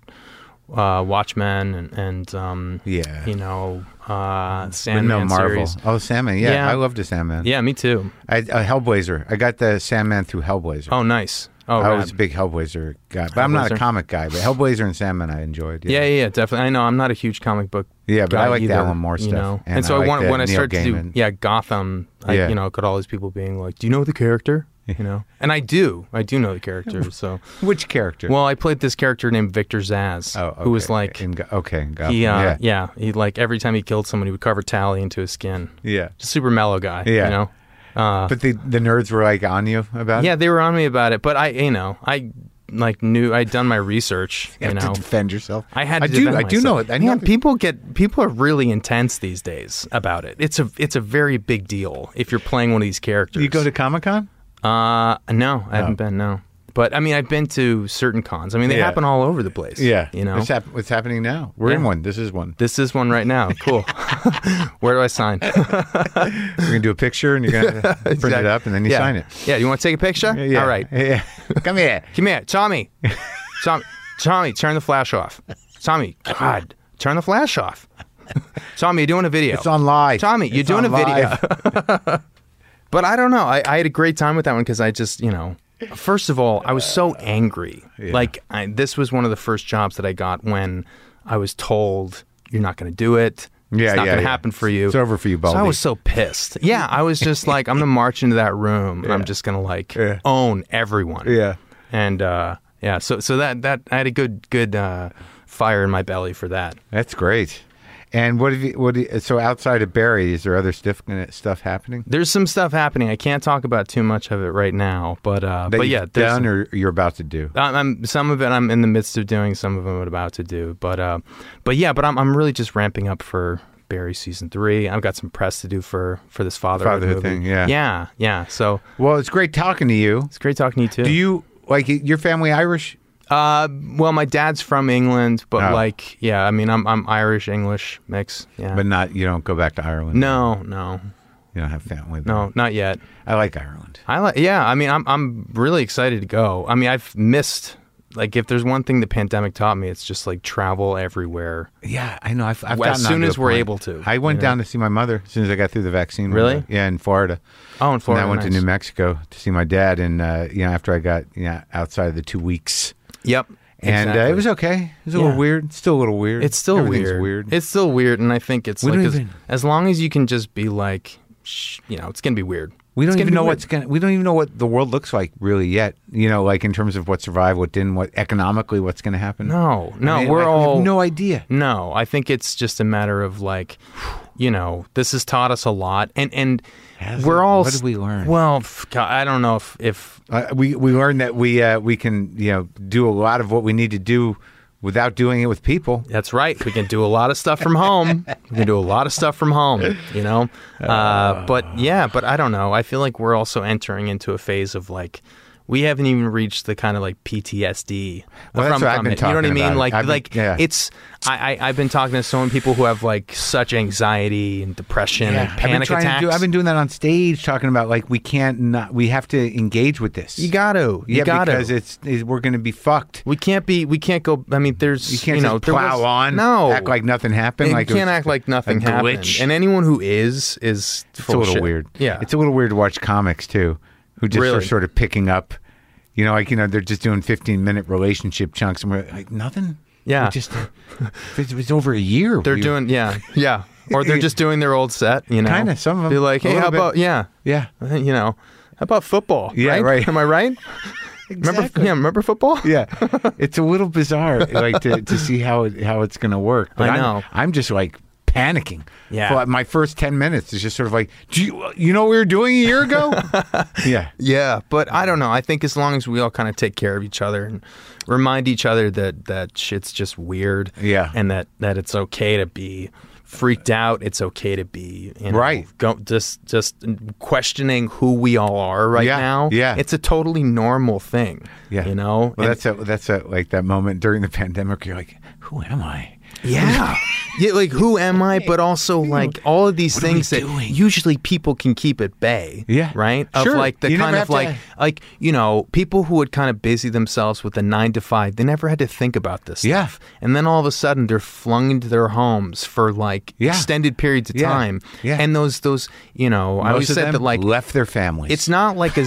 Speaker 3: uh, Watchmen and, and um,
Speaker 1: Yeah.
Speaker 3: you know, uh,
Speaker 1: no
Speaker 3: Sandman
Speaker 1: Marvel.
Speaker 3: series.
Speaker 1: Oh, Sandman. Yeah,
Speaker 3: Yeah.
Speaker 1: I loved the Sandman.
Speaker 3: Yeah, me too.
Speaker 1: I, uh, Hellblazer. I got the Sandman through Hellblazer.
Speaker 3: Oh, nice. Oh,
Speaker 1: I
Speaker 3: rad.
Speaker 1: was a big Hellblazer guy, but I'm not a
Speaker 3: Hellblazer.
Speaker 1: comic guy. But Hellblazer and Sandman, I enjoyed.
Speaker 3: Yeah, yeah, yeah, definitely. I know I'm not a huge comic book.
Speaker 1: Yeah, but
Speaker 3: guy
Speaker 1: I like the
Speaker 3: either,
Speaker 1: Alan Moore
Speaker 3: you
Speaker 1: stuff,
Speaker 3: know? And,
Speaker 1: and
Speaker 3: so
Speaker 1: I
Speaker 3: I,
Speaker 1: like
Speaker 3: want
Speaker 1: the
Speaker 3: when I
Speaker 1: Neil
Speaker 3: started to do
Speaker 1: Gaiman.
Speaker 3: yeah Gotham, I,
Speaker 1: Yeah.
Speaker 3: you know, got all these people being like, "Do you know the character?" You know, and I do. I do know
Speaker 1: *laughs*
Speaker 3: the character. So,
Speaker 1: yeah. Which character?
Speaker 3: well, I played this character named Victor Zaz,
Speaker 1: oh, okay.
Speaker 3: who was like
Speaker 1: In Go- okay, in Gotham.
Speaker 3: he, uh,
Speaker 1: yeah,
Speaker 3: yeah. he like every time he killed someone, he would cover Tally into his skin.
Speaker 1: yeah.
Speaker 3: Just super mellow guy.
Speaker 1: Yeah.
Speaker 3: you know. Uh,
Speaker 1: But the the nerds were like on you about
Speaker 3: yeah,
Speaker 1: it.
Speaker 3: they were on me about it, but I, you know, I like knew I'd done my research.
Speaker 1: You
Speaker 3: You
Speaker 1: have
Speaker 3: know,
Speaker 1: to defend yourself.
Speaker 3: I had. To
Speaker 1: I do.
Speaker 3: defend
Speaker 1: I do know
Speaker 3: myself.
Speaker 1: it. I know
Speaker 3: Yeah,
Speaker 1: it.
Speaker 3: people get people are really intense these days about it. It's a it's a very big deal if you're playing one of these characters.
Speaker 1: You go to Comic Con?
Speaker 3: Uh, no, I haven't been. No, but I mean, I've been to certain cons. I mean, they
Speaker 1: Yeah.
Speaker 3: happen all over the place. you know.
Speaker 1: what's, hap- what's happening now? We're in
Speaker 3: Yeah.
Speaker 1: one. This is one.
Speaker 3: this is one right now.
Speaker 1: *laughs*
Speaker 3: Cool. *laughs* Where do I sign?
Speaker 1: We're gonna do a picture, and you're gonna
Speaker 3: *laughs*
Speaker 1: print it
Speaker 3: Exact-
Speaker 1: up, and then you
Speaker 3: yeah.
Speaker 1: sign it.
Speaker 3: Yeah, you want to take a picture?
Speaker 1: Yeah.
Speaker 3: All right.
Speaker 1: Yeah. Come here.
Speaker 3: Come here,
Speaker 1: *laughs*
Speaker 3: Tommy. Tom, Tommy, turn the flash off. *laughs* Tommy, God, turn the flash off. Tommy, you're doing a video.
Speaker 1: It's on live.
Speaker 3: Tommy, you're
Speaker 1: It's
Speaker 3: doing a
Speaker 1: on
Speaker 3: video.
Speaker 1: live.
Speaker 3: *laughs* but I don't know. I, I had a great time with that one because I just, you know, first of all, I was so angry. Like, I, this was one of the first jobs that I got when I was told, you're not going to do it.
Speaker 1: Yeah,
Speaker 3: it's not
Speaker 1: yeah,
Speaker 3: going to
Speaker 1: yeah.
Speaker 3: happen for you.
Speaker 1: It's over for you,
Speaker 3: So I
Speaker 1: Baldy.
Speaker 3: was so pissed. Yeah, I was just like,
Speaker 1: *laughs*
Speaker 3: I'm gonna march into that room and I'm just gonna like own everyone.
Speaker 1: Yeah.
Speaker 3: And uh, yeah, so so that that I had a good good uh, fire in my belly for that.
Speaker 1: That's great. And what have you? What do you- so outside of Barry, is there other stuff stuff happening
Speaker 3: There's some stuff happening. I can't talk about too much of it right now, but uh,
Speaker 1: that
Speaker 3: but
Speaker 1: you've
Speaker 3: yeah, there's
Speaker 1: done or you're about to do?
Speaker 3: I'm, I'm some of it I'm in the midst of doing, some of them I'm about to do, but uh, but yeah, but I'm I'm really just ramping up for Barry season three. I've got some press to do for for this fatherhood,
Speaker 1: Fatherhood
Speaker 3: movie.
Speaker 1: thing, yeah.
Speaker 3: yeah, yeah. So
Speaker 1: Well, it's great talking to you.
Speaker 3: it's great talking to you
Speaker 1: Do
Speaker 3: too.
Speaker 1: you like your family Irish?
Speaker 3: Uh, well, my dad's from England, but
Speaker 1: Oh.
Speaker 3: like, yeah, I mean, I'm I'm Irish English mix. Yeah,
Speaker 1: But not you don't go back to Ireland.
Speaker 3: no, no,
Speaker 1: you don't have family. there.
Speaker 3: no, not yet.
Speaker 1: I like Ireland.
Speaker 3: I like, yeah, I mean, I'm I'm really excited to go. I mean, I've missed like if there's one thing the pandemic taught me, it's just like travel everywhere.
Speaker 1: Yeah, I know. I've, I've
Speaker 3: Well, as
Speaker 1: gotten
Speaker 3: soon
Speaker 1: onto
Speaker 3: as
Speaker 1: a
Speaker 3: we're
Speaker 1: plane.
Speaker 3: able to,
Speaker 1: I went
Speaker 3: you know?
Speaker 1: down to see my mother as soon as I got through the vaccine.
Speaker 3: Really?
Speaker 1: window. Yeah, in Florida.
Speaker 3: Oh, in Florida,
Speaker 1: and I went to
Speaker 3: nice.
Speaker 1: New Mexico to see my dad, and uh, you know, after I got you know, outside of the two weeks,
Speaker 3: Yep,
Speaker 1: and uh,
Speaker 3: exactly.
Speaker 1: it was okay. It was a
Speaker 3: Yeah.
Speaker 1: little weird. It's still a little weird.
Speaker 3: It's still
Speaker 1: Everything's
Speaker 3: weird. It's still weird, and I think it's
Speaker 1: We
Speaker 3: like
Speaker 1: don't
Speaker 3: as,
Speaker 1: even-
Speaker 3: as long as you can just be like, shh, you know, it's gonna be weird.
Speaker 1: we
Speaker 3: It's
Speaker 1: don't
Speaker 3: gonna
Speaker 1: even
Speaker 3: be
Speaker 1: know
Speaker 3: weird.
Speaker 1: what's gonna. We don't even know what the world looks like really yet. You know, like in terms of what survived, what didn't, what economically, what's going to happen.
Speaker 3: No, no,
Speaker 1: I mean,
Speaker 3: we're
Speaker 1: like, we
Speaker 3: all
Speaker 1: have no idea.
Speaker 3: No, I think it's just a matter of like, you know, this has taught us a lot, and and
Speaker 1: Has
Speaker 3: we're
Speaker 1: it?
Speaker 3: all.
Speaker 1: What did we learn?
Speaker 3: Well, f- God, I don't know if if
Speaker 1: Uh, we we learned that we uh, we can you know do a lot of what we need to do without doing it with people.
Speaker 3: that's right. We can do a lot of stuff from home. We can do a lot of stuff from home. You know, uh, but yeah, but I don't know. I feel like we're also entering into a phase of like. We haven't even reached the kind of like PTSD
Speaker 1: Well, that's
Speaker 3: from,
Speaker 1: what I've
Speaker 3: from
Speaker 1: been
Speaker 3: it. You know what I
Speaker 1: talking
Speaker 3: mean?
Speaker 1: about.
Speaker 3: Like,
Speaker 1: I've been-
Speaker 3: like
Speaker 1: yeah.
Speaker 3: it's. I, I I've been talking to so many people who have like such anxiety and depression and
Speaker 1: I've been
Speaker 3: panic
Speaker 1: trying to
Speaker 3: attacks.
Speaker 1: do- I've been doing that on stage, talking about like we can't not we have to engage with this.
Speaker 3: You got to. You
Speaker 1: yeah,
Speaker 3: got
Speaker 1: because
Speaker 3: to.
Speaker 1: it's, it's we're going to be fucked.
Speaker 3: We can't be. We can't go. I mean, there's.
Speaker 1: You can't
Speaker 3: know,
Speaker 1: just plow
Speaker 3: there was-
Speaker 1: on.
Speaker 3: No.
Speaker 1: act like nothing happened.
Speaker 3: And
Speaker 1: like it
Speaker 3: you can't
Speaker 1: was
Speaker 3: act like nothing
Speaker 1: a
Speaker 3: happened.
Speaker 1: glitch.
Speaker 3: And anyone who is is
Speaker 1: it's a little weird.
Speaker 3: Yeah.
Speaker 1: it's a little weird to watch comics too, who just are
Speaker 3: Really?
Speaker 1: sort of picking up. You know, like you know, they're just doing fifteen minute relationship chunks, and we're like nothing.
Speaker 3: Yeah.
Speaker 1: We just uh, it was over a year.
Speaker 3: they're
Speaker 1: we- *laughs*
Speaker 3: doing. Yeah. Yeah. Or they're just doing their old set. You know.
Speaker 1: Kinda, some of 'em.
Speaker 3: Be like,
Speaker 1: A
Speaker 3: hey, how
Speaker 1: little bit.
Speaker 3: about yeah, *laughs*
Speaker 1: Yeah,
Speaker 3: you know, how about football?
Speaker 1: Yeah, right.
Speaker 3: Am I right? Remember?
Speaker 1: Exactly.
Speaker 3: Yeah. Remember football?
Speaker 1: yeah, it's a little bizarre, like to, to see how it, how it's going to work.
Speaker 3: I
Speaker 1: I'm-
Speaker 3: know.
Speaker 1: I'm, just like panicking.
Speaker 3: Yeah.
Speaker 1: For my first ten minutes is just sort of like, do you you know what we were doing a year
Speaker 3: *laughs*
Speaker 1: ago? yeah,
Speaker 3: Yeah, but I don't know. I think as long as we all kind of take care of each other and remind each other that that shit's just weird,
Speaker 1: Yeah.
Speaker 3: and that that it's okay to be freaked out. It's okay to be you know,
Speaker 1: Right.
Speaker 3: Go, just just questioning who we all are right
Speaker 1: Yeah,
Speaker 3: now.
Speaker 1: yeah.
Speaker 3: it's a totally normal thing.
Speaker 1: yeah.
Speaker 3: you know.
Speaker 1: Well,
Speaker 3: And-
Speaker 1: that's a, that's a, like that moment during the *laughs* pandemic. You're like, who am I? *laughs*
Speaker 3: Yeah. *laughs* yeah, like who am I? But also like all of these things that usually people can keep at bay.
Speaker 1: Yeah.
Speaker 3: Right? Of
Speaker 1: Sure.
Speaker 3: like the
Speaker 1: You never
Speaker 3: kind
Speaker 1: have
Speaker 3: of
Speaker 1: to-
Speaker 3: like like, you know, people who would kind of busy themselves with the nine to five, they never had to think about this
Speaker 1: Yeah.
Speaker 3: stuff. And then all of a sudden they're flung into their homes for like
Speaker 1: Yeah.
Speaker 3: extended periods of
Speaker 1: Yeah.
Speaker 3: time.
Speaker 1: Yeah.
Speaker 3: And those those you know, I always
Speaker 1: Most of
Speaker 3: said
Speaker 1: them
Speaker 3: that like
Speaker 1: left their families.
Speaker 3: it's not like a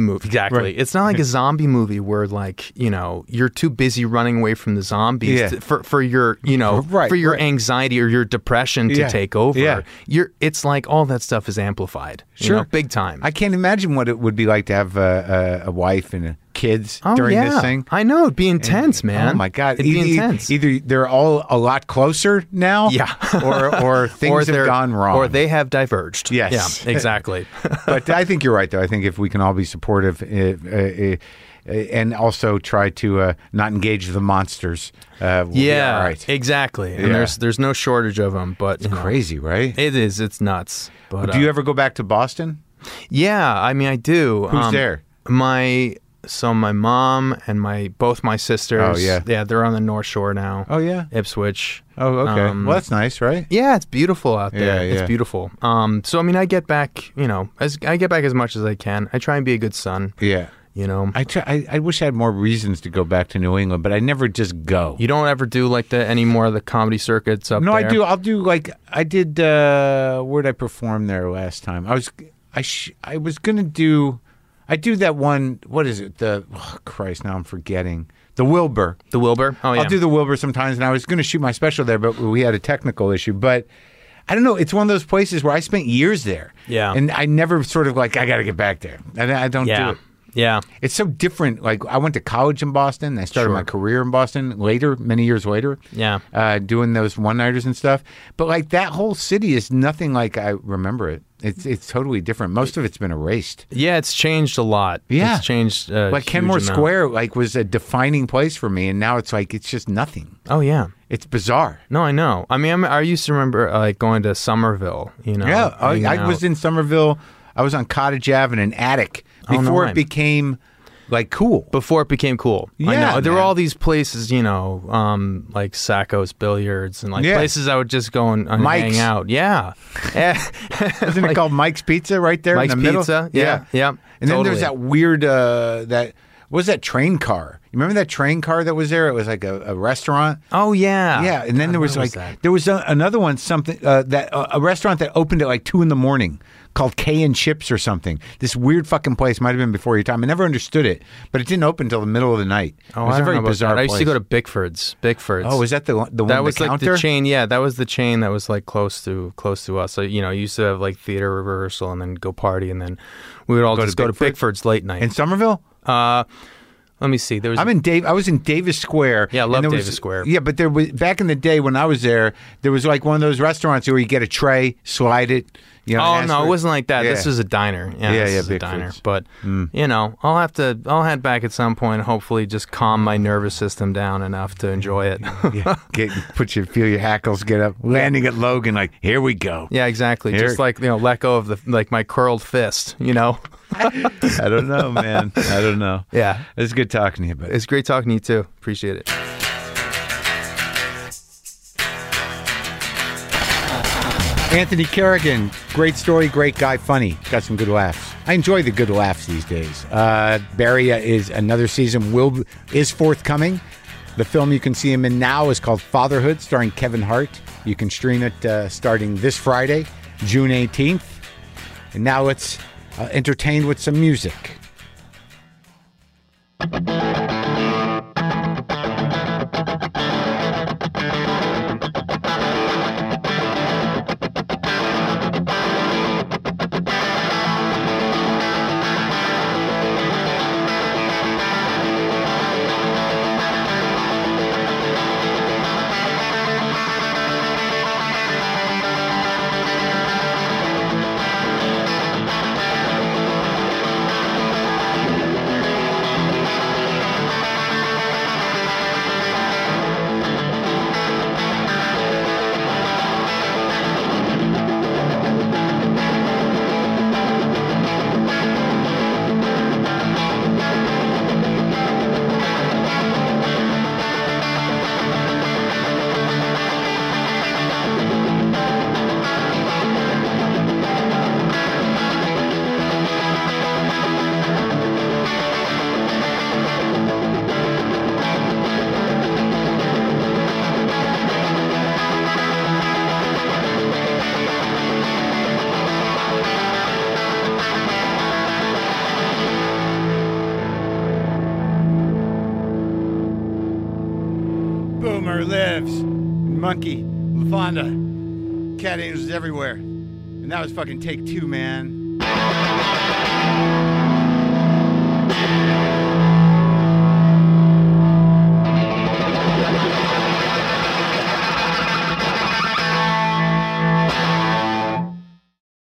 Speaker 1: *laughs*
Speaker 3: movie. Exactly.
Speaker 1: Right.
Speaker 3: It's not like a zombie movie where like you know you're too busy running away from the zombies
Speaker 1: Yeah.
Speaker 3: to, for for your you know
Speaker 1: Right,
Speaker 3: for your
Speaker 1: right.
Speaker 3: anxiety or your depression to
Speaker 1: Yeah.
Speaker 3: take over.
Speaker 1: Yeah.
Speaker 3: You're. It's like all that stuff is amplified. you
Speaker 1: Sure.
Speaker 3: know, big time.
Speaker 1: I can't imagine what it would be like to have a, a, a wife and kids
Speaker 3: oh
Speaker 1: during
Speaker 3: yeah.
Speaker 1: this thing.
Speaker 3: I know. It'd be intense, man.
Speaker 1: Oh my god!
Speaker 3: It'd
Speaker 1: Either-
Speaker 3: be intense.
Speaker 1: Either they're all a lot closer now,
Speaker 3: Yeah.
Speaker 1: or or
Speaker 3: *laughs* or
Speaker 1: things have
Speaker 3: they're-
Speaker 1: gone wrong,
Speaker 3: or they have diverged.
Speaker 1: Yes. *laughs*
Speaker 3: Yeah. Exactly.
Speaker 1: but I think you're right, though. I think if we can all be supportive uh, uh, uh, and also try to uh, not engage the monsters, uh, we'll be
Speaker 3: yeah.
Speaker 1: all right.
Speaker 3: Exactly. And
Speaker 1: Yeah.
Speaker 3: there's there's no shortage of them. But you know,
Speaker 1: Crazy, right?
Speaker 3: It is. It's nuts. But
Speaker 1: Do
Speaker 3: uh,
Speaker 1: you ever go back to Boston?
Speaker 3: Yeah, I mean, I do. Um,
Speaker 1: Who's there?
Speaker 3: My so my mom and my both my sisters.
Speaker 1: Oh, yeah.
Speaker 3: yeah, they're on the North Shore now.
Speaker 1: Oh, yeah.
Speaker 3: Ipswich.
Speaker 1: Oh, okay.
Speaker 3: Um,
Speaker 1: well, that's nice, right?
Speaker 3: yeah, it's beautiful out there.
Speaker 1: Yeah, yeah.
Speaker 3: It's beautiful. Um, so I mean, I get back, you know, as I get back as much as I can. I try and be a good son.
Speaker 1: Yeah.
Speaker 3: You know,
Speaker 1: I, try, I I wish I had more reasons to go back to New England, but I never just go.
Speaker 3: you don't ever do like the any more of the comedy circuits up
Speaker 1: no, I
Speaker 3: there?
Speaker 1: do. I'll do like I did. Uh, where did I perform there last time? I was I sh- I was gonna do. I do that one. What is it? The oh, Christ. Now I'm forgetting the Wilbur.
Speaker 3: The Wilbur. Oh yeah.
Speaker 1: I'll do the Wilbur sometimes, and I was going to shoot my special there, but we had a technical issue. But I don't know. It's one of those places where I spent years there.
Speaker 3: Yeah.
Speaker 1: And I never sort of like, I got to get back there. And I don't do
Speaker 3: yeah.
Speaker 1: it.
Speaker 3: Yeah.
Speaker 1: It's so different. Like, I went to college in Boston. I started
Speaker 3: Sure.
Speaker 1: my career in Boston later, many years later.
Speaker 3: Yeah.
Speaker 1: Uh, doing those one nighters and stuff. But like, that whole city is nothing like I remember it. It's, it's totally different. Most of it's been erased.
Speaker 3: Yeah, it's changed a lot.
Speaker 1: Yeah.
Speaker 3: It's changed. Uh,
Speaker 1: Like Kenmore
Speaker 3: amount.
Speaker 1: Square, like was a defining place for me, and now it's like it's just nothing.
Speaker 3: Oh yeah.
Speaker 1: It's bizarre.
Speaker 3: No, I know. I mean, I'm, I used to remember uh, like going to Somerville. You know.
Speaker 1: Yeah, I,
Speaker 3: Oh, hanging
Speaker 1: I
Speaker 3: out.
Speaker 1: was in Somerville. I was on Cottage Ave in an attic
Speaker 3: Oh, no
Speaker 1: before
Speaker 3: way.
Speaker 1: it became like
Speaker 3: *laughs*
Speaker 1: cool.
Speaker 3: before it became cool. I
Speaker 1: Yeah,
Speaker 3: know. There were
Speaker 1: man.
Speaker 3: all these places, you know, um, like Sacco's Billiards and like
Speaker 1: Yeah.
Speaker 3: places I would just go and, and
Speaker 1: Mike's.
Speaker 3: hang out. Yeah.
Speaker 1: Isn't it called Mike's Pizza right there
Speaker 3: Mike's
Speaker 1: in the middle?
Speaker 3: Pizza. Yeah, yeah,
Speaker 1: And then there's
Speaker 3: totally.
Speaker 1: that weird uh, that what was that train car. You remember that train car that was there? It was like a, a restaurant.
Speaker 3: oh, yeah.
Speaker 1: Yeah, and then
Speaker 3: God,
Speaker 1: there was
Speaker 3: where
Speaker 1: like
Speaker 3: that?
Speaker 1: there was a, another one something uh, that uh, a restaurant that opened at like two in the morning called K and Chips or something. This weird fucking place might have been before your time. I never understood it, but it didn't open until the middle of the night.
Speaker 3: Oh,
Speaker 1: it was
Speaker 3: I
Speaker 1: a
Speaker 3: don't
Speaker 1: very
Speaker 3: know about
Speaker 1: bizarre.
Speaker 3: that. I used to go
Speaker 1: place.
Speaker 3: to Bickford's. Bickford's.
Speaker 1: Oh, is that the the one
Speaker 3: that
Speaker 1: with
Speaker 3: was
Speaker 1: the
Speaker 3: like
Speaker 1: counter?
Speaker 3: the chain. Yeah, that was the chain that was like close to close to us. So you know, you used to have like theater rehearsal and then go party, and then we would all
Speaker 1: to
Speaker 3: just go to
Speaker 1: Bickford?
Speaker 3: Bickford's late night.
Speaker 1: in Somerville?
Speaker 3: uh, let me see. There was
Speaker 1: I'm in Dave. I was in Davis Square.
Speaker 3: Yeah, I love
Speaker 1: and there was-
Speaker 3: Davis Square.
Speaker 1: Yeah, but there was back in the day when I was there, there was like one of those restaurants where you get a tray, slide it. You know,
Speaker 3: Oh
Speaker 1: and ask
Speaker 3: no,
Speaker 1: for
Speaker 3: it wasn't like that. This
Speaker 1: Yeah.
Speaker 3: was a diner. Yeah,
Speaker 1: Yeah,
Speaker 3: this
Speaker 1: yeah,
Speaker 3: is a
Speaker 1: big
Speaker 3: diner.
Speaker 1: foods. Hmm.
Speaker 3: But you know, I'll have to. I'll head back at some point. and Hopefully, just calm my nervous system down enough to enjoy it. *laughs*
Speaker 1: Yeah, get put your feel your hackles get up. Landing at Logan, like here we go.
Speaker 3: yeah, exactly.
Speaker 1: Here-
Speaker 3: Just like you know, let go of the like my curled fist. You know.
Speaker 1: I don't know, man. I don't *laughs* know.
Speaker 3: Yeah.
Speaker 1: it's good talking to you, but
Speaker 3: It's great talking to you too. Appreciate it.
Speaker 1: Anthony Kerrigan, great story, great guy, funny. Got some good laughs. I enjoy the good laughs these days. Uh, Barria is another season will is forthcoming. The film you can see him in now is called Fatherhood, starring Kevin Hart. You can stream it uh, starting this Friday, June 18th. And now it's uh, entertained with some music. Boomer lives. Monkey, LaFonda, cat angels everywhere. And that was fucking take two, man.